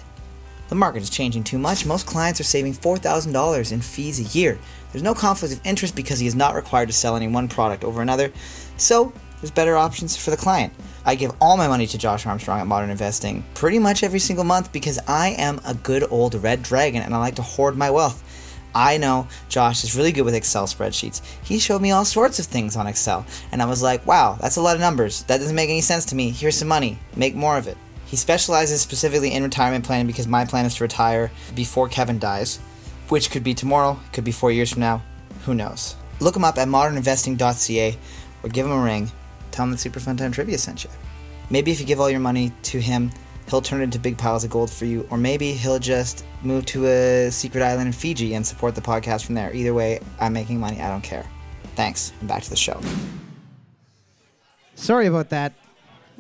[SPEAKER 1] The market is changing too much. Most clients are saving $4,000 in fees a year. There's no conflict of interest because he is not required to sell any one product over another. So, there's better options for the client. I give all my money to Josh Armstrong at Modern Investing pretty much every single month because I am a good old red dragon and I like to hoard my wealth. I know Josh is really good with Excel spreadsheets. He showed me all sorts of things on Excel, and I was like, wow, that's a lot of numbers. That doesn't make any sense to me. Here's some money. Make more of it. He specializes specifically in retirement planning because my plan is to retire before Kevin dies, which could be tomorrow, could be four years from now, who knows. Look him up at moderninvesting.ca or give him a ring. Tell him that Super Fun Time Trivia sent you. Maybe if you give all your money to him, he'll turn it into big piles of gold for you, or maybe he'll just move to a secret island in Fiji and support the podcast from there. Either way, I'm making money. I don't care. Thanks. And back to the show.
[SPEAKER 3] Sorry about that.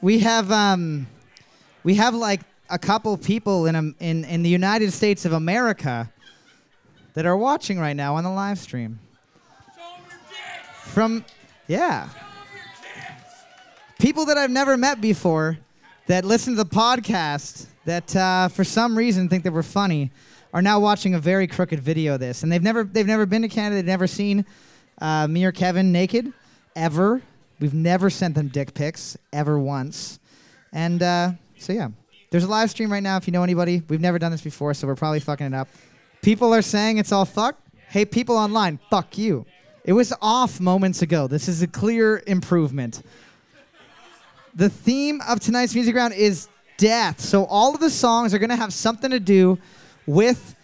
[SPEAKER 3] We have um, we have like a couple people in um, in in the United States of America that are watching right now on the live stream. From yeah. People that I've never met before that listen to the podcast that uh, for some reason think that we're funny are now watching a very crooked video of this and they've never they've never been to Canada they've never seen uh, me or Kevin naked ever we've never sent them dick pics ever once and uh, so yeah there's a live stream right now if you know anybody we've never done this before so we're probably fucking it up people are saying it's all fuck hey people online fuck you it was off moments ago this is a clear improvement the theme of tonight's music round is death. So all of the songs are going to have something to do with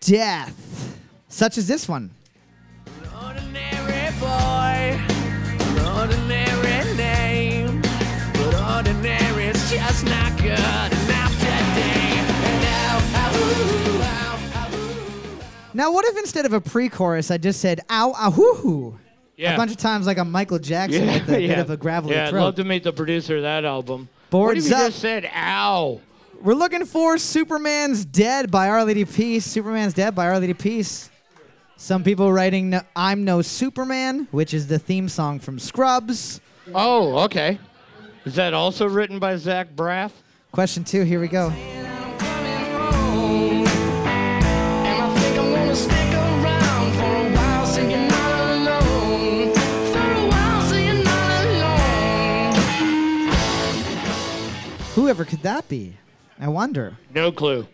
[SPEAKER 3] death, such as this one.
[SPEAKER 5] Ordinary boy, an ordinary name, but ordinary is just not good enough today. And now, ow, ow, ow,
[SPEAKER 3] Now, what if instead of a pre-chorus, I just said "ow, ah, hoo, hoo"
[SPEAKER 4] Yeah.
[SPEAKER 3] a bunch of times, like a Michael Jackson
[SPEAKER 4] yeah,
[SPEAKER 3] with a bit
[SPEAKER 4] yeah.
[SPEAKER 3] of a gravelly
[SPEAKER 4] Yeah, I'd
[SPEAKER 3] throat?
[SPEAKER 4] love to meet the producer of that album. what
[SPEAKER 3] Boards
[SPEAKER 4] if you
[SPEAKER 3] up.
[SPEAKER 4] just said, ow?
[SPEAKER 3] We're looking for Superman's Dead by Our Lady Peace. Superman's Dead by Our Lady Peace. Some people writing no, "I'm No Superman," which is the theme song from Scrubs.
[SPEAKER 4] Oh, okay. Is that also written by Zach Braff?
[SPEAKER 3] Question two. Here we go.
[SPEAKER 5] and I think I'm gonna stick around for a while, so you're not alone. For a while, so you're not alone.
[SPEAKER 3] Whoever could that be? I wonder.
[SPEAKER 4] No clue.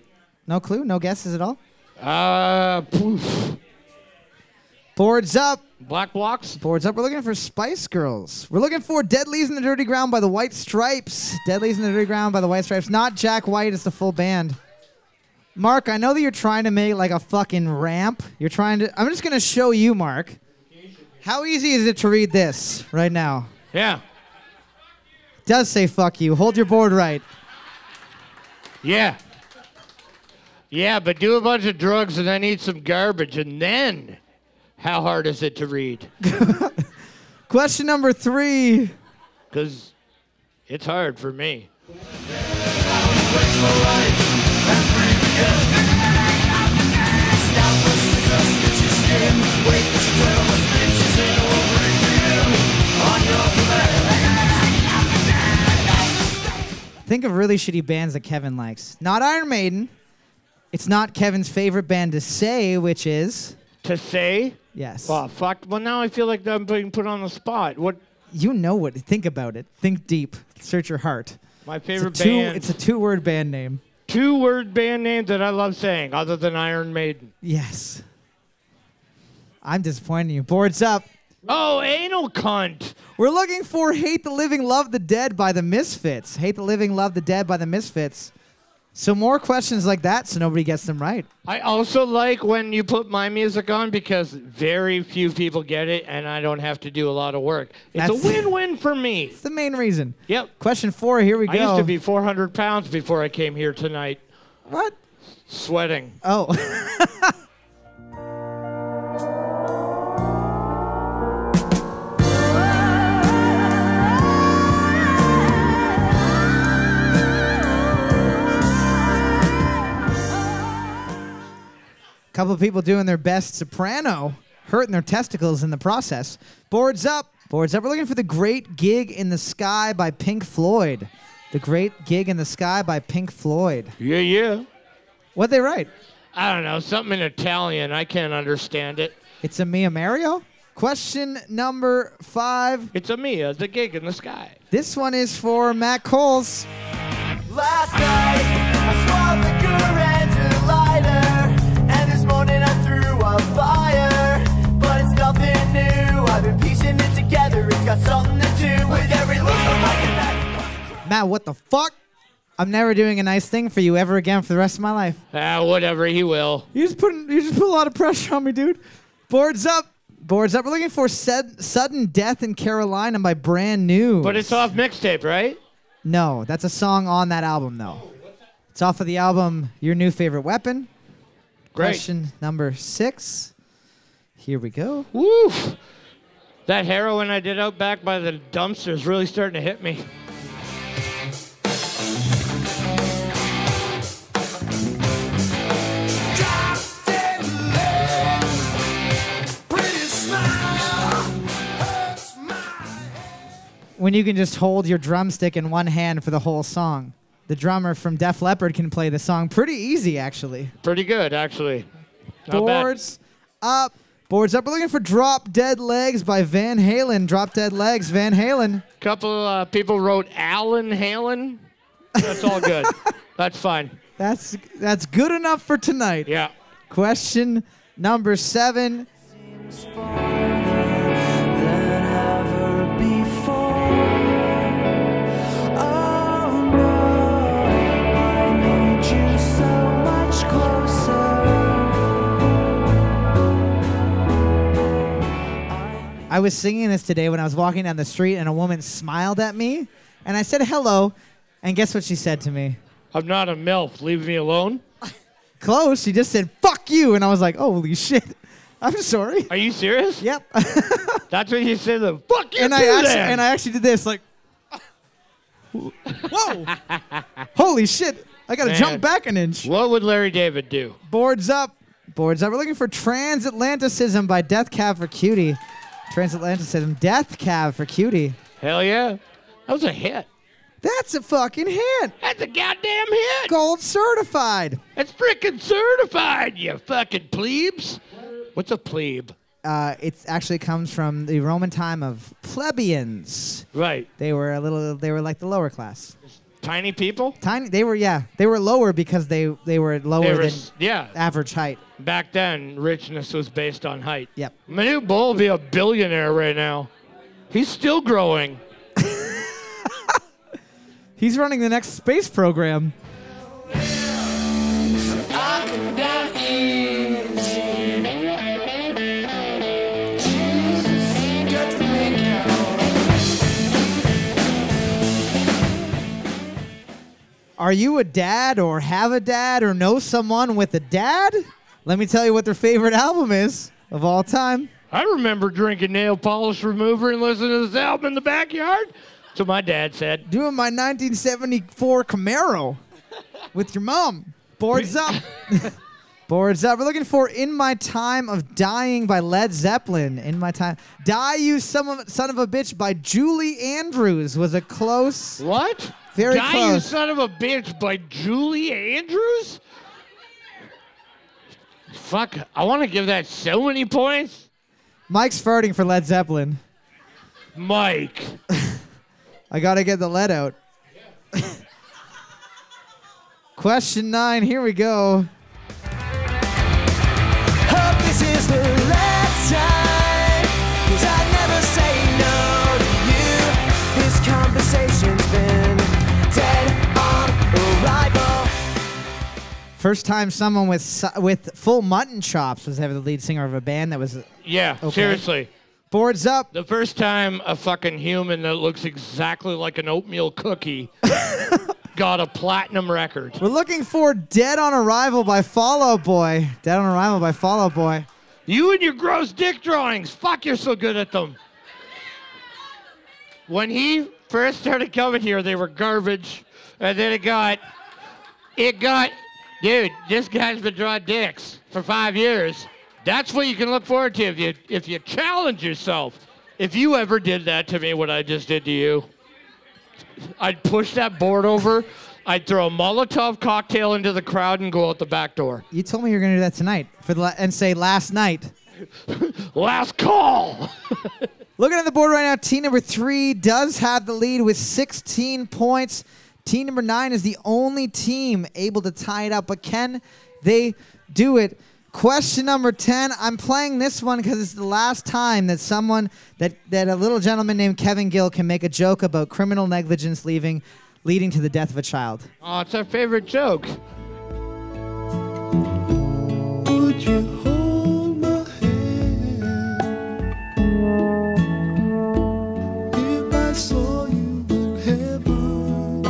[SPEAKER 3] No clue? No guesses at all?
[SPEAKER 4] Uh, poof.
[SPEAKER 3] Boards up.
[SPEAKER 4] Black Blocks?
[SPEAKER 3] Boards up. We're looking for Spice Girls. We're looking for Dead Leaves in the Dirty Ground by the White Stripes. Dead Leaves in the Dirty Ground by the White Stripes. Not Jack White, it's the full band. Mark, I know that you're trying to make like a fucking ramp. You're trying to. I'm just going to show you, Mark. How easy is it to read this right now?
[SPEAKER 4] Yeah.
[SPEAKER 3] It does say fuck you. Hold your board right.
[SPEAKER 4] Yeah. Yeah, but do a bunch of drugs and then eat some garbage, and then how hard is it to read?
[SPEAKER 3] Question number three.
[SPEAKER 4] Because it's hard for me.
[SPEAKER 3] Think of really shitty bands that Kevin likes. Not Iron Maiden. It's not Kevin's favorite band to say, which is
[SPEAKER 4] To say?
[SPEAKER 3] yes.
[SPEAKER 4] Oh, fuck. Well, now I feel like I'm being put on the spot. What?
[SPEAKER 3] You know what? Think about it. Think deep. Search your heart.
[SPEAKER 4] My
[SPEAKER 3] It's a
[SPEAKER 4] favorite
[SPEAKER 3] two.
[SPEAKER 4] band.
[SPEAKER 3] It's a two-word band name.
[SPEAKER 4] two word band name that I love saying, other than Iron Maiden.
[SPEAKER 3] Yes. I'm disappointing you. Boards up.
[SPEAKER 4] Oh, anal cunt.
[SPEAKER 3] We're looking for "Hate the Living, Love the Dead" by the Misfits. "Hate the Living, Love the Dead" by the Misfits. So more questions like that, so nobody gets them right.
[SPEAKER 4] I also like when you put my music on because very few people get it and I don't have to do a lot of work. It's
[SPEAKER 3] That's-
[SPEAKER 4] a win win for me.
[SPEAKER 3] It's the main reason.
[SPEAKER 4] Yep.
[SPEAKER 3] Question four. Here we go.
[SPEAKER 4] I used to be 400 pounds before I came here tonight,
[SPEAKER 3] what?
[SPEAKER 4] sweating.
[SPEAKER 3] Oh. Couple of people doing their best soprano, hurting their testicles in the process. Boards up. Boards up. We're looking for the Great Gig in the Sky by Pink Floyd. The Great Gig in the Sky by Pink Floyd.
[SPEAKER 4] Yeah, yeah.
[SPEAKER 3] What they write?
[SPEAKER 4] I don't know, something in Italian. I can't understand it.
[SPEAKER 3] It's a Mia Mario. Question number five.
[SPEAKER 4] It's a Mia, the gig in the sky.
[SPEAKER 3] This one is for Matt Coles.
[SPEAKER 5] Last night, I swallowed liquor and a lighter. And this morning I threw a fire. But it's nothing new. I've been piecing it together. It's got something to do with every look of my life.
[SPEAKER 3] Matt, what the fuck? I'm never doing a nice thing for you ever again for the rest of my life.
[SPEAKER 4] Ah, whatever, he will.
[SPEAKER 3] You just put you just put a lot of pressure on me, dude. Boards up. Boards up. We're looking for sed- sudden death in Carolina by brand new.
[SPEAKER 4] But it's off mixtape, right?
[SPEAKER 3] No, that's a song on that album, though. It's off of the album Your New Favorite Weapon.
[SPEAKER 4] Great.
[SPEAKER 3] Question number six. Here we go.
[SPEAKER 4] Woof. That heroin I did out back by the dumpster is really starting to hit me.
[SPEAKER 3] When you can just hold your drumstick in one hand for the whole song. The drummer from Def Leppard can play the song pretty easy, actually.
[SPEAKER 4] Pretty good, actually. Not bad.
[SPEAKER 3] Boards up. Boards up. We're looking for Drop Dead Legs by Van Halen. Drop Dead Legs, Van Halen.
[SPEAKER 4] couple uh, people wrote Alan Halen. That's all good. That's fine.
[SPEAKER 3] That's that's good enough for tonight.
[SPEAKER 4] Yeah.
[SPEAKER 3] Question number seven. I was singing this today when I was walking down the street and a woman smiled at me and I said hello and guess what she said to me?
[SPEAKER 4] I'm not a MILF. Leave me alone.
[SPEAKER 3] Close. She just said fuck you and I was like, "Holy shit. I'm sorry."
[SPEAKER 4] Are you serious?
[SPEAKER 3] Yep.
[SPEAKER 4] That's what you said. The fuck you
[SPEAKER 3] and
[SPEAKER 4] do
[SPEAKER 3] I actually,
[SPEAKER 4] then.
[SPEAKER 3] and I actually did this like, whoa, holy shit! I gotta
[SPEAKER 4] Man.
[SPEAKER 3] jump back an inch.
[SPEAKER 4] what would Larry David do?
[SPEAKER 3] Boards up, boards up. We're looking for Transatlanticism by Death Cab for Cutie. Transatlanticism, Death Cab for Cutie.
[SPEAKER 4] Hell yeah. That was a hit.
[SPEAKER 3] That's a fucking hit.
[SPEAKER 4] That's a goddamn hit.
[SPEAKER 3] Gold certified.
[SPEAKER 4] That's freaking certified, you fucking plebes. What's a plebe?
[SPEAKER 3] Uh, it actually comes from the Roman time of plebeians.
[SPEAKER 4] Right.
[SPEAKER 3] They were a little. They were like the lower class.
[SPEAKER 4] Tiny people?
[SPEAKER 3] Tiny. They were yeah. They were lower because they they were lower
[SPEAKER 4] They were,
[SPEAKER 3] than
[SPEAKER 4] s- yeah.
[SPEAKER 3] average height.
[SPEAKER 4] Back then, richness was based on height.
[SPEAKER 3] Yep.
[SPEAKER 4] Manu Bull be a billionaire right now. He's still growing.
[SPEAKER 3] He's running the next space program. Are you a dad or have a dad or know someone with a dad? Let me tell you what their favorite album is of all time.
[SPEAKER 4] I remember drinking nail polish remover and listening to this album in the backyard. So my dad said,
[SPEAKER 3] Doing my 1974 Camaro with your mom. Boards up. Boards up. We're looking for In My Time of Dying by Led Zeppelin. In My Time. Die You Son of, Son of a Bitch by Julie Andrews was a close.
[SPEAKER 4] What?
[SPEAKER 3] Very
[SPEAKER 4] Die, you
[SPEAKER 3] close.
[SPEAKER 4] son of a bitch by Julie Andrews? Fuck, I want to give that so many points.
[SPEAKER 3] Mike's farting for Led Zeppelin.
[SPEAKER 4] Mike.
[SPEAKER 3] I gotta get the lead out. Question nine, here we go.
[SPEAKER 5] Hope this is the last time. Cause I never say no to you. This conversation's been dead on arrival.
[SPEAKER 3] First time someone with si- with full mutton chops was ever the lead singer of a band that was
[SPEAKER 4] Yeah,
[SPEAKER 3] Okay.
[SPEAKER 4] seriously.
[SPEAKER 3] boards up.
[SPEAKER 4] The first time a fucking human that looks exactly like an oatmeal cookie got a platinum record.
[SPEAKER 3] We're looking for "Dead on Arrival" by Fall Out Boy. "Dead on Arrival" by Fall Out Boy.
[SPEAKER 4] You and your gross dick drawings. Fuck, you're so good at them. When he first started coming here, they were garbage, and then it got, it got, dude. This guy's been drawing dicks for five years. That's what you can look forward to if you if you challenge yourself. If you ever did that to me, what I just did to you, I'd push that board over. I'd throw a Molotov cocktail into the crowd and go out the back door.
[SPEAKER 3] You told me you were gonna do that tonight for the la- and say last night.
[SPEAKER 4] Last call.
[SPEAKER 3] Looking at the board right now, team number three does have the lead with 16 points. Team number nine is the only team able to tie it up, but can they do it? Question number 10. I'm playing this one because it's the last time that someone, that, that a little gentleman named Kevin Gill can make a joke about criminal negligence leaving, leading to the death of a child.
[SPEAKER 4] Oh, it's our favorite joke.
[SPEAKER 5] Would you hold my hand? If I saw you in heaven,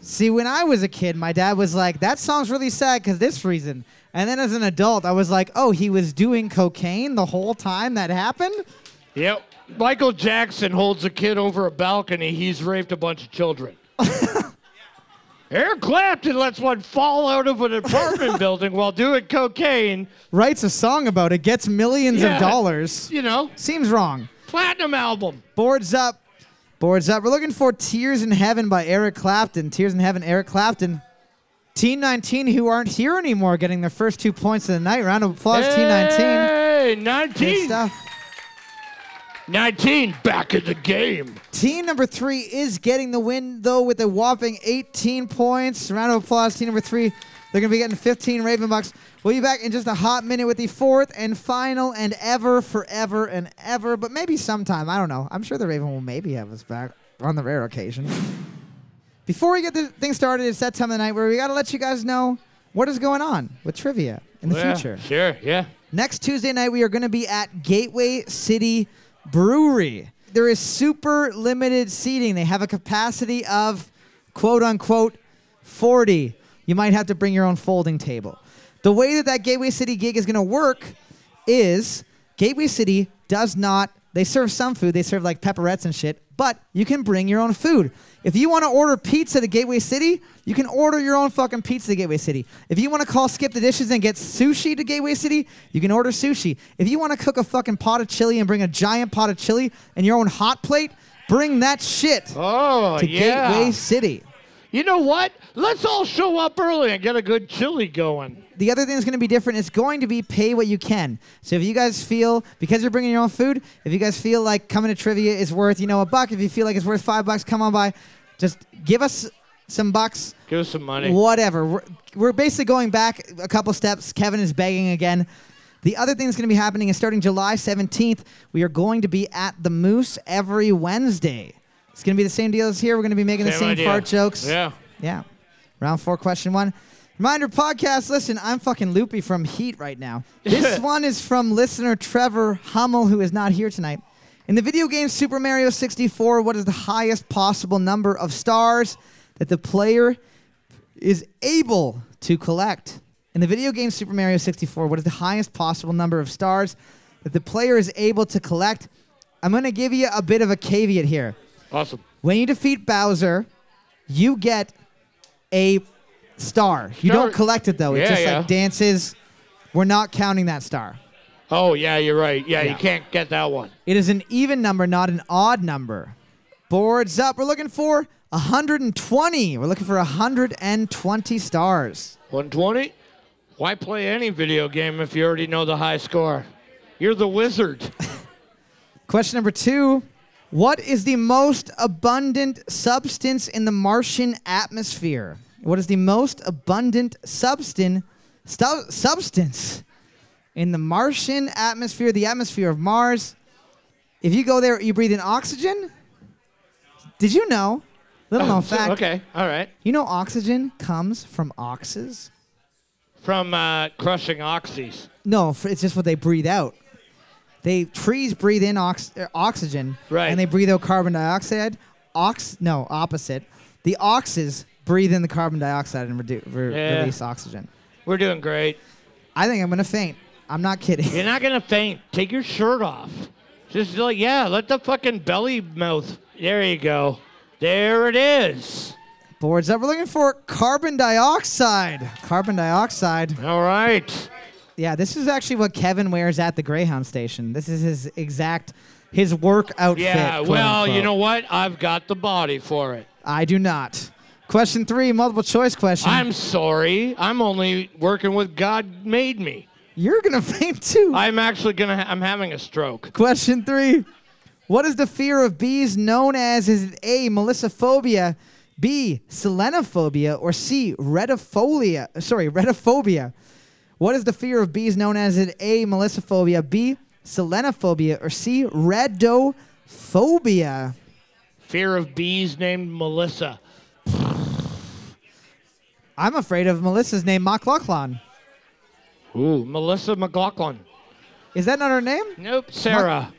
[SPEAKER 3] See, when I was a kid, my dad was like, that song's really sad because this reason. And then as an adult, I was like, oh, he was doing cocaine the whole time that happened?
[SPEAKER 4] Yep. Michael Jackson holds a kid over a balcony. He's raped a bunch of children. Eric Clapton lets one fall out of an apartment building while doing cocaine.
[SPEAKER 3] Writes a song about it, gets millions
[SPEAKER 4] Yeah.
[SPEAKER 3] of dollars.
[SPEAKER 4] You know,
[SPEAKER 3] Seems wrong.
[SPEAKER 4] platinum album.
[SPEAKER 3] Boards up. Boards up. We're looking for Tears in Heaven by Eric Clapton. Tears in Heaven, Eric Clapton. Team 19, who aren't here anymore, getting their first two points of the night. Round of applause, Team 19.
[SPEAKER 4] Hey,
[SPEAKER 3] Good
[SPEAKER 4] 19.
[SPEAKER 3] stuff.
[SPEAKER 4] 19 back in the game.
[SPEAKER 3] Team number three is getting the win, though, with a whopping 18 points. Round of applause, team number three. They're going to be getting 15 Raven Bucks. We'll be back in just a hot minute with the fourth and final and ever, forever and ever, but maybe sometime. I don't know. I'm sure the Raven will maybe have us back on the rare occasion. Before we get the thing started, it's that time of the night where we got to let you guys know what is going on with trivia in the
[SPEAKER 4] Yeah,
[SPEAKER 3] future.
[SPEAKER 4] Sure, yeah.
[SPEAKER 3] Next Tuesday night, we are going to be at Gateway City Brewery. There is super limited seating. They have a capacity of quote unquote 40. You might have to bring your own folding table. The way that that Gateway City gig is going to work is Gateway City does not, they serve some food, they serve like pepperettes and shit, but you can bring your own food. If you want to order pizza to Gateway City, you can order your own fucking pizza to Gateway City. If you want to call Skip the Dishes and get sushi to Gateway City, you can order sushi. If you want to cook a fucking pot of chili and bring a giant pot of chili and your own hot plate, bring that shit
[SPEAKER 4] Oh,
[SPEAKER 3] to
[SPEAKER 4] yeah.
[SPEAKER 3] Gateway City.
[SPEAKER 4] You know what? Let's all show up early and get a good chili going.
[SPEAKER 3] The other thing that's going to be different is going to be pay what you can. So if you guys feel, because you're bringing your own food, if you guys feel like coming to trivia is worth, you know, a buck, if you feel like it's worth five bucks, come on by. Just give us some bucks,
[SPEAKER 4] Give us some money.
[SPEAKER 3] whatever. We're, we're basically going back a couple steps. Kevin is begging again. The other thing that's going to be happening is starting July 17th, we are going to be at the Moose every Wednesday. It's going to be the same deal as here. We're going to be making the same
[SPEAKER 4] idea.
[SPEAKER 3] fart jokes.
[SPEAKER 4] Yeah.
[SPEAKER 3] Yeah. Round four, question one. Reminder podcast, listen, I'm fucking loopy from heat right now. This one is from listener Trevor Hummel, who is not here tonight. In the video game Super Mario 64, what is the highest possible number of stars that the player is able to collect? In the video game Super Mario 64, what is the highest possible number of stars that the player is able to collect? I'm going to give you a bit of a caveat here.
[SPEAKER 4] Awesome.
[SPEAKER 3] When you defeat Bowser, you get a star. You
[SPEAKER 4] Star-
[SPEAKER 3] don't collect it though. it
[SPEAKER 4] Yeah,
[SPEAKER 3] just
[SPEAKER 4] yeah.
[SPEAKER 3] like dances. We're not counting that star.
[SPEAKER 4] Oh, yeah, you're right. Yeah,
[SPEAKER 3] Yeah.
[SPEAKER 4] you can't get that one.
[SPEAKER 3] It is an even number, not an odd number. Boards up. We're looking for 120. We're looking for 120 stars.
[SPEAKER 4] 120? Why play any video game if you already know the high score? You're the wizard.
[SPEAKER 3] Question number two. What is the most abundant substance in the Martian atmosphere? What is the most abundant substance stu- substance in the Martian atmosphere, the atmosphere of Mars? If you go there, you breathe in oxygen? Did you know? Little known fact.
[SPEAKER 4] Okay, all right.
[SPEAKER 3] You know oxygen comes from oxes?
[SPEAKER 4] From uh, crushing oxys.
[SPEAKER 3] No, f- it's just what they breathe out. They trees breathe in ox- er, oxygen,
[SPEAKER 4] Right.
[SPEAKER 3] And they breathe out carbon dioxide. Ox, no, opposite. The oxes breathe in the carbon dioxide and redu- re-
[SPEAKER 4] Yeah.
[SPEAKER 3] release oxygen.
[SPEAKER 4] We're doing great.
[SPEAKER 3] I think I'm gonna faint. I'm not kidding.
[SPEAKER 4] You're not gonna faint. Take your shirt off. Just like yeah, let the fucking belly mouth. There you go. There it is.
[SPEAKER 3] Boards up. We're looking for carbon dioxide. Carbon dioxide.
[SPEAKER 4] All right.
[SPEAKER 3] Yeah, this is actually what Kevin wears at the Greyhound station. This is his exact, his work outfit.
[SPEAKER 4] Yeah.
[SPEAKER 3] quote
[SPEAKER 4] Well, you
[SPEAKER 3] unquote.
[SPEAKER 4] know what? I've got the body for it.
[SPEAKER 3] I do not. Question three, multiple choice question.
[SPEAKER 4] I'm sorry. I'm only working with God made me.
[SPEAKER 3] You're gonna faint too.
[SPEAKER 4] I'm actually gonna. Ha- I'm having a stroke.
[SPEAKER 3] Question three. What is the fear of bees known as? Is it A, melissophobia, B, selenophobia, or C, retifolia? Sorry, retiphobia. What is the fear of bees known as? Is it A, melissophobia, B, selenophobia, or C, redophobia?
[SPEAKER 4] Fear of bees named Melissa.
[SPEAKER 3] I'm afraid of Melissa's name, McLaughlin.
[SPEAKER 4] Ooh, Melissa McLaughlin.
[SPEAKER 3] Is that not her name?
[SPEAKER 4] Nope. Sarah.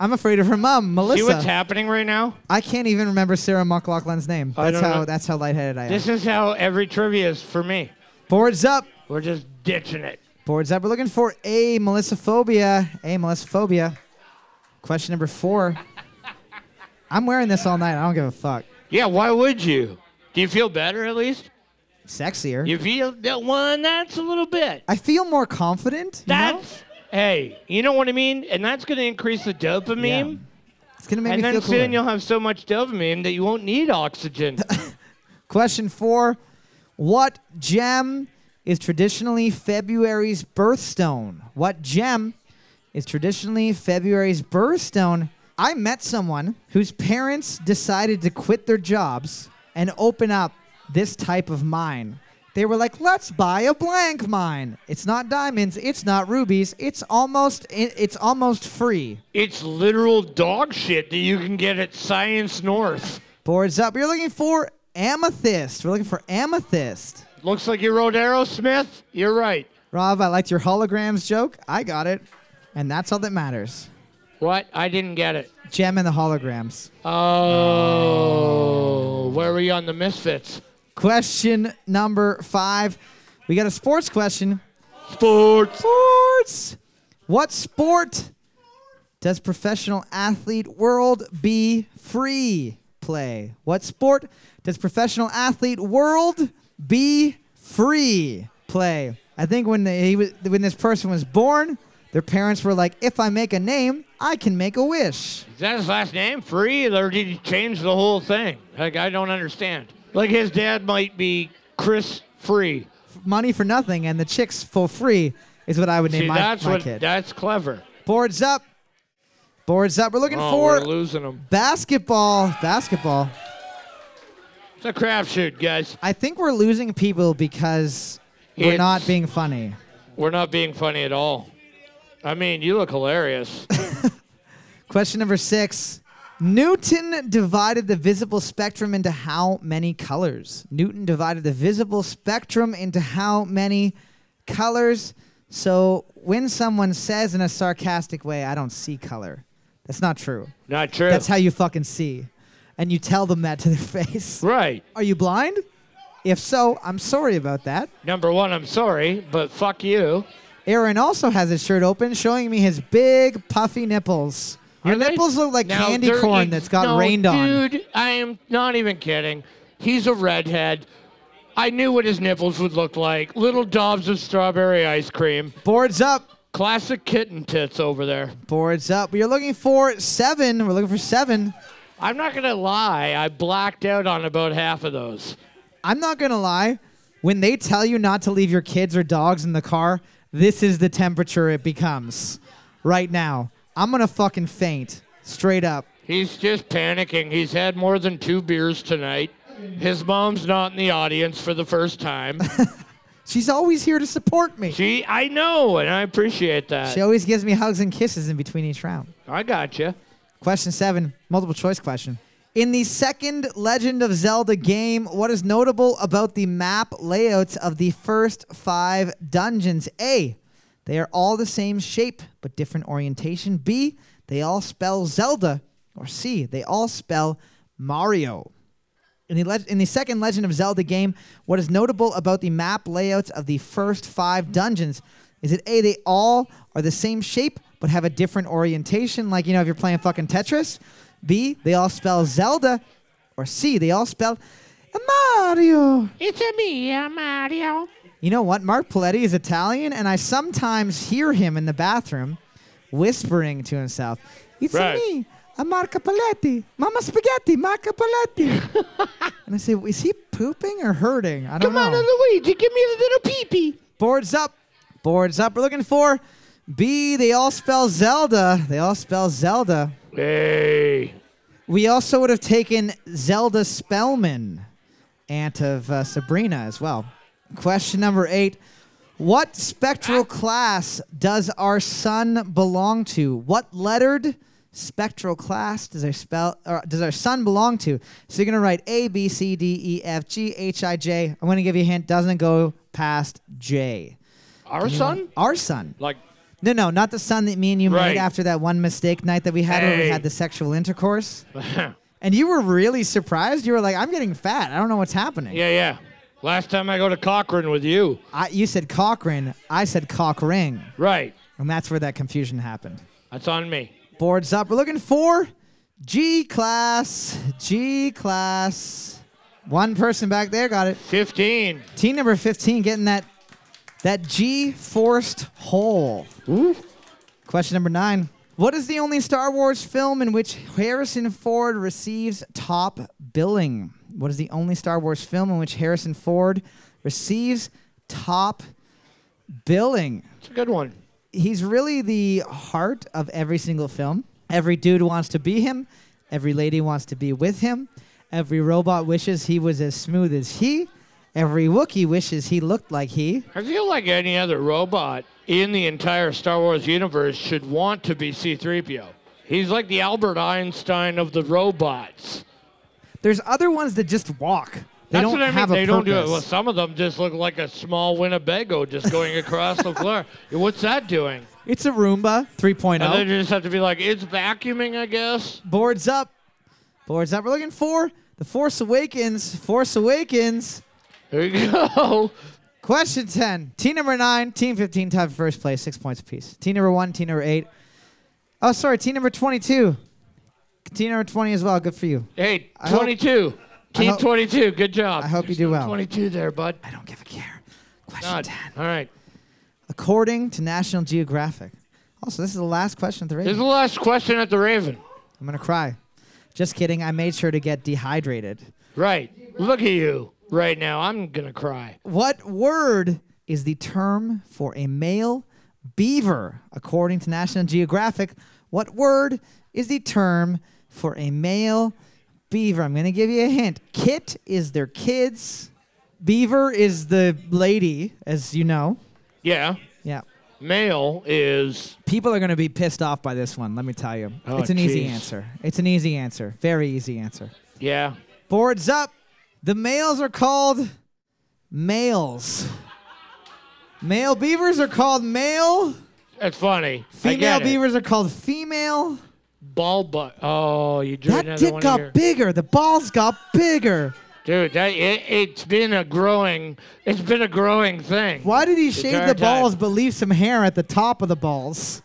[SPEAKER 3] I'm afraid of her mom,
[SPEAKER 4] See what's
[SPEAKER 3] Melissa.
[SPEAKER 4] happening right now?
[SPEAKER 3] I can't even remember Sarah McLaughlin's name.
[SPEAKER 4] I
[SPEAKER 3] That's
[SPEAKER 4] don't
[SPEAKER 3] how
[SPEAKER 4] know.
[SPEAKER 3] that's how lightheaded I am.
[SPEAKER 4] This is how every trivia is for me.
[SPEAKER 3] Boards up.
[SPEAKER 4] We're just ditching it.
[SPEAKER 3] Boards up. We're looking for a Melissaphobia. A Melissaphobia. Question number four. I'm wearing this all night. I don't give a fuck.
[SPEAKER 4] Yeah, why would you? Do you feel better at least?
[SPEAKER 3] Sexier.
[SPEAKER 4] You feel that one? That's a little bit.
[SPEAKER 3] I feel more confident. you know?
[SPEAKER 4] That's hey, you know what I mean? And that's gonna increase the dopamine.
[SPEAKER 3] Yeah. It's gonna make
[SPEAKER 4] And
[SPEAKER 3] me
[SPEAKER 4] then
[SPEAKER 3] feel
[SPEAKER 4] soon
[SPEAKER 3] cooler.
[SPEAKER 4] you'll have so much dopamine that you won't need oxygen.
[SPEAKER 3] Question four. What gem is traditionally February's birthstone? What gem is traditionally February's birthstone? I met someone whose parents decided to quit their jobs and open up this type of mine. They were like, "Let's buy a blank mine. It's not diamonds, it's not rubies, it's almost it- it's almost free."
[SPEAKER 4] it's literal dog shit that you can get at Science North.
[SPEAKER 3] Boards up. You're looking for amethyst. We're looking for amethyst.
[SPEAKER 4] Looks like you wrote Aerosmith. You're right.
[SPEAKER 3] Rob, I liked your holograms joke. I got it. And that's all that matters.
[SPEAKER 4] What? I didn't get it.
[SPEAKER 3] Gem and the holograms.
[SPEAKER 4] Oh, where were you on the Misfits?
[SPEAKER 3] Question number five. We got a sports question.
[SPEAKER 4] Sports.
[SPEAKER 3] Sports! What sport does professional athlete World Be Free play? What sport does professional athlete World Be Free play? I think when they, he was, when this person was born, their parents were like, "If I make a name, I can make a wish."
[SPEAKER 4] Is that his last name? Free? Or did he change the whole thing? Like, I don't understand. Like, his dad might be Chris Free.
[SPEAKER 3] money for nothing and the chicks for free is what I would name
[SPEAKER 4] See,
[SPEAKER 3] my,
[SPEAKER 4] that's
[SPEAKER 3] my
[SPEAKER 4] what,
[SPEAKER 3] kid.
[SPEAKER 4] that's clever.
[SPEAKER 3] Boards up. Boards up. We're looking
[SPEAKER 4] Oh,
[SPEAKER 3] for
[SPEAKER 4] we're losing him.
[SPEAKER 3] basketball. Basketball.
[SPEAKER 4] It's a crapshoot, guys.
[SPEAKER 3] I think we're losing people because we're
[SPEAKER 4] It's-
[SPEAKER 3] not being funny.
[SPEAKER 4] We're not being funny at all. I mean, you look hilarious.
[SPEAKER 3] Question number six. Newton divided the visible spectrum into how many colors? Newton divided the visible spectrum into how many colors? So when someone says in a sarcastic way, I don't see color, that's not true.
[SPEAKER 4] Not true.
[SPEAKER 3] That's how you fucking see. And you tell them that to their face.
[SPEAKER 4] right.
[SPEAKER 3] Are you blind? If so, I'm sorry about that.
[SPEAKER 4] Number one, I'm sorry, but fuck you.
[SPEAKER 3] Aaron also has his shirt open, showing me his big puffy nipples. Your
[SPEAKER 4] Are they-
[SPEAKER 3] nipples look like
[SPEAKER 4] Now,
[SPEAKER 3] candy
[SPEAKER 4] they're
[SPEAKER 3] corn
[SPEAKER 4] ex-
[SPEAKER 3] that's got
[SPEAKER 4] no,
[SPEAKER 3] rained on.
[SPEAKER 4] Dude, I am not even kidding. He's a redhead. I knew what his nipples would look like. Little daubs of strawberry ice cream.
[SPEAKER 3] Boards up.
[SPEAKER 4] Classic kitten tits over there.
[SPEAKER 3] Boards up. You're looking for seven. We're looking for seven.
[SPEAKER 4] I'm not gonna lie, I blacked out on about half of those.
[SPEAKER 3] I'm not going to lie. When they tell you not to leave your kids or dogs in the car, this is the temperature it becomes right now. I'm going to fucking faint straight up.
[SPEAKER 4] He's just panicking. He's had more than two beers tonight. His mom's not in the audience for the first time.
[SPEAKER 3] She's always here to support me.
[SPEAKER 4] She, I know, and I appreciate that.
[SPEAKER 3] Uh, She always gives me hugs and kisses in between each round.
[SPEAKER 4] I gotcha.
[SPEAKER 3] Question seven, multiple choice question. In the second Legend of Zelda game, what is notable about the map layouts of the first five dungeons? A. They are all the same shape but different orientation. B. They all spell Zelda. Or C. They all spell Mario. In the, leg- in the second Legend of Zelda game, what is notable about the map layouts of the first five dungeons is that A, they all are the same shape but have a different orientation, like, you know, if you're playing fucking Tetris. B, they all spell Zelda. Or C, they all spell Mario.
[SPEAKER 4] It's a me, Mario.
[SPEAKER 3] You know what? Mark Paletti is Italian, and I sometimes hear him in the bathroom whispering to himself, It's
[SPEAKER 4] Right.
[SPEAKER 3] me, a Marco Paletti, Mama Spaghetti, Marco Paletti. and I say, Is he pooping or hurting? I don't
[SPEAKER 4] Come on,
[SPEAKER 3] know.
[SPEAKER 4] Luigi, give me a little pee pee.
[SPEAKER 3] Boards up. Boards up. We're looking for B. They all spell Zelda. They all spell Zelda.
[SPEAKER 4] Hey.
[SPEAKER 3] We also would have taken Zelda Spellman, aunt of uh, Sabrina, as well. Question number eight What spectral class does our sun belong to? What lettered spectral class does our, spell, or does our sun belong to? So you're going to write A, B, C, D, E, F, G, H, I, J. I'm going to give you a hint, doesn't go past J.
[SPEAKER 4] Our son?
[SPEAKER 3] Our sun.
[SPEAKER 4] Like,
[SPEAKER 3] No, no, not the son that me and you
[SPEAKER 4] Right.
[SPEAKER 3] made after that one mistake night that we had where we
[SPEAKER 4] Hey.
[SPEAKER 3] had the sexual intercourse. and you were really surprised. You were like, I'm getting fat. I don't know what's happening.
[SPEAKER 4] Yeah, yeah. Last time I go to Cochrane with you.
[SPEAKER 3] I, you said Cochrane. I said cock ring.
[SPEAKER 4] Right.
[SPEAKER 3] And that's where that confusion happened.
[SPEAKER 4] That's on me.
[SPEAKER 3] Boards up. We're looking for G class. G class. One person back there got it.
[SPEAKER 4] 15.
[SPEAKER 3] Team number 15 getting that that G forced hole. Question number 9. What is the only Star Wars film in which Harrison Ford receives top billing? What is the only Star Wars film in which Harrison Ford receives top billing?
[SPEAKER 4] It's a good one.
[SPEAKER 3] he's really the heart of every single film. Every dude wants to be him. Every lady wants to be with him. Every robot wishes he was as smooth as he. Every Wookiee wishes he looked like he.
[SPEAKER 4] I feel like any other robot in the entire Star Wars universe should want to be C3PO. He's like the Albert Einstein of the robots.
[SPEAKER 3] There's other ones that just walk. They
[SPEAKER 4] That's
[SPEAKER 3] don't
[SPEAKER 4] what I mean.
[SPEAKER 3] have a
[SPEAKER 4] they don't do it.
[SPEAKER 3] purpose.
[SPEAKER 4] Well, some of them just look like a small Winnebago just going across the floor. What's that doing?
[SPEAKER 3] It's a Roomba oh. 3.0.
[SPEAKER 4] And then you just have to be like, it's vacuuming, I guess.
[SPEAKER 3] Boards up. Boards up. We're looking for The Force Awakens. Force Awakens.
[SPEAKER 4] There you go.
[SPEAKER 3] Question 10. Team number 9, team 15 tied for first place, six points apiece. Team number 1, team number 8. Oh, sorry, team number 22. Team number 20 as well. Good for you.
[SPEAKER 4] Hey,
[SPEAKER 3] hope-
[SPEAKER 4] 22. Team
[SPEAKER 3] hope-
[SPEAKER 4] 22. Good job.
[SPEAKER 3] I hope you
[SPEAKER 4] There's
[SPEAKER 3] do
[SPEAKER 4] no
[SPEAKER 3] well.
[SPEAKER 4] 22 there, bud.
[SPEAKER 3] I don't give a care. Question
[SPEAKER 4] God.
[SPEAKER 3] 10.
[SPEAKER 4] All right.
[SPEAKER 3] According to National Geographic. Also, this is the last question of the
[SPEAKER 4] This is
[SPEAKER 3] rating.
[SPEAKER 4] the last question at the Raven.
[SPEAKER 3] I'm going to cry. Just kidding. I made sure to get dehydrated.
[SPEAKER 4] Right. Look at you right now. I'm going to cry.
[SPEAKER 3] What word is the term for a male beaver? According to National Geographic, what word is the term for a male beaver? I'm going to give you a hint. Kit is their kids. Beaver is the lady, as you know.
[SPEAKER 4] Yeah.
[SPEAKER 3] Yeah.
[SPEAKER 4] Male is.
[SPEAKER 3] People are going to be pissed off by this one, let me tell you.
[SPEAKER 4] Oh,
[SPEAKER 3] it's an easy
[SPEAKER 4] jeez.
[SPEAKER 3] answer. It's an easy answer. Very easy answer.
[SPEAKER 4] Yeah.
[SPEAKER 3] Boards up. The males are called males. Male beavers are called male.
[SPEAKER 4] That's funny. I
[SPEAKER 3] Female
[SPEAKER 4] get it.
[SPEAKER 3] beavers are called female.
[SPEAKER 4] Ball butt. Oh, you drew
[SPEAKER 3] That
[SPEAKER 4] another
[SPEAKER 3] dick
[SPEAKER 4] one
[SPEAKER 3] got
[SPEAKER 4] here.
[SPEAKER 3] bigger. The balls got bigger.
[SPEAKER 4] Dude, that, it, it's been a growing. It's been a growing thing.
[SPEAKER 3] Why did he shave
[SPEAKER 4] entire
[SPEAKER 3] the balls
[SPEAKER 4] time.
[SPEAKER 3] but leave some hair at the top of the balls?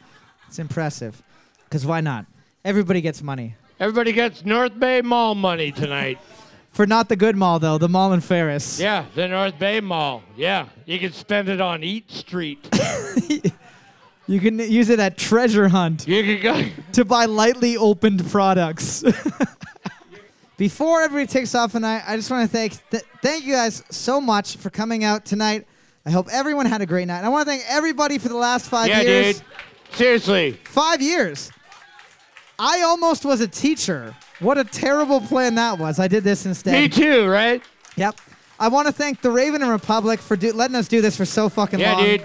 [SPEAKER 3] It's impressive. Because why not? Everybody gets money.
[SPEAKER 4] Everybody gets North Bay Mall money tonight.
[SPEAKER 3] For not the good mall, though, the mall in Ferris.
[SPEAKER 4] yeah, the North Bay Mall. Yeah, you can spend it on Eat Street.
[SPEAKER 3] You can use it at treasure hunt.
[SPEAKER 4] You can go.
[SPEAKER 3] to buy lightly opened products. Before everybody takes off tonight, I just want to thank th- thank you guys so much for coming out tonight. I hope everyone had a great night. I want to thank everybody for the last five
[SPEAKER 4] yeah,
[SPEAKER 3] years.
[SPEAKER 4] dude. Seriously.
[SPEAKER 3] Five years. I almost was a teacher. What a terrible plan that was. I did this instead.
[SPEAKER 4] Me too, right?
[SPEAKER 3] Yep. I want to thank the Raven and Republic for do- letting us do this for so fucking
[SPEAKER 4] Yeah,
[SPEAKER 3] long.
[SPEAKER 4] dude.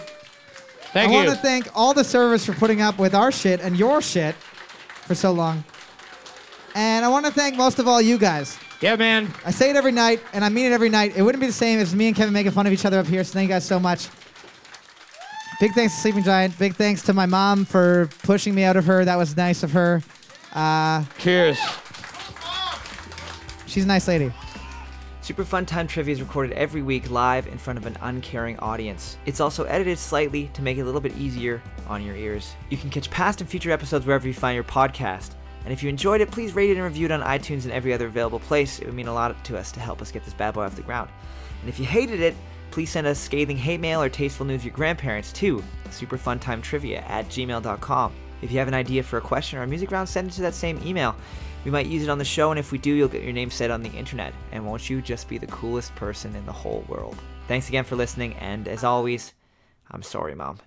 [SPEAKER 4] Thank
[SPEAKER 3] I
[SPEAKER 4] you.
[SPEAKER 3] want to thank all the servers for putting up with our shit and your shit for so long. And I want to thank most of all you guys.
[SPEAKER 4] yeah, man.
[SPEAKER 3] I say it every night, and I mean it every night. It wouldn't be the same as me and Kevin making fun of each other up here, so thank you guys so much. Big thanks to Sleeping Giant. Big thanks to my mom for pushing me out of her. That was nice of her.
[SPEAKER 4] Cheers.
[SPEAKER 3] She's a nice lady.
[SPEAKER 1] Super Fun Time Trivia is recorded every week live in front of an uncaring audience. It's also edited slightly to make it a little bit easier on your ears. You can catch past and future episodes wherever you find your podcast. And if you enjoyed it, please rate it and review it on iTunes and every other available place. It would mean a lot to us to help us get this bad boy off the ground. And if you hated it, please send us scathing hate mail or tasteful news of your grandparents too. Superfuntimetrivia at gmail.com. If you have an idea for a question or a music round, send it to that same email. We might use it on the show, and if we do, you'll get your name said on the internet. And won't you just be the coolest person in the whole world? Thanks again for listening, and as always, I'm sorry, Mom.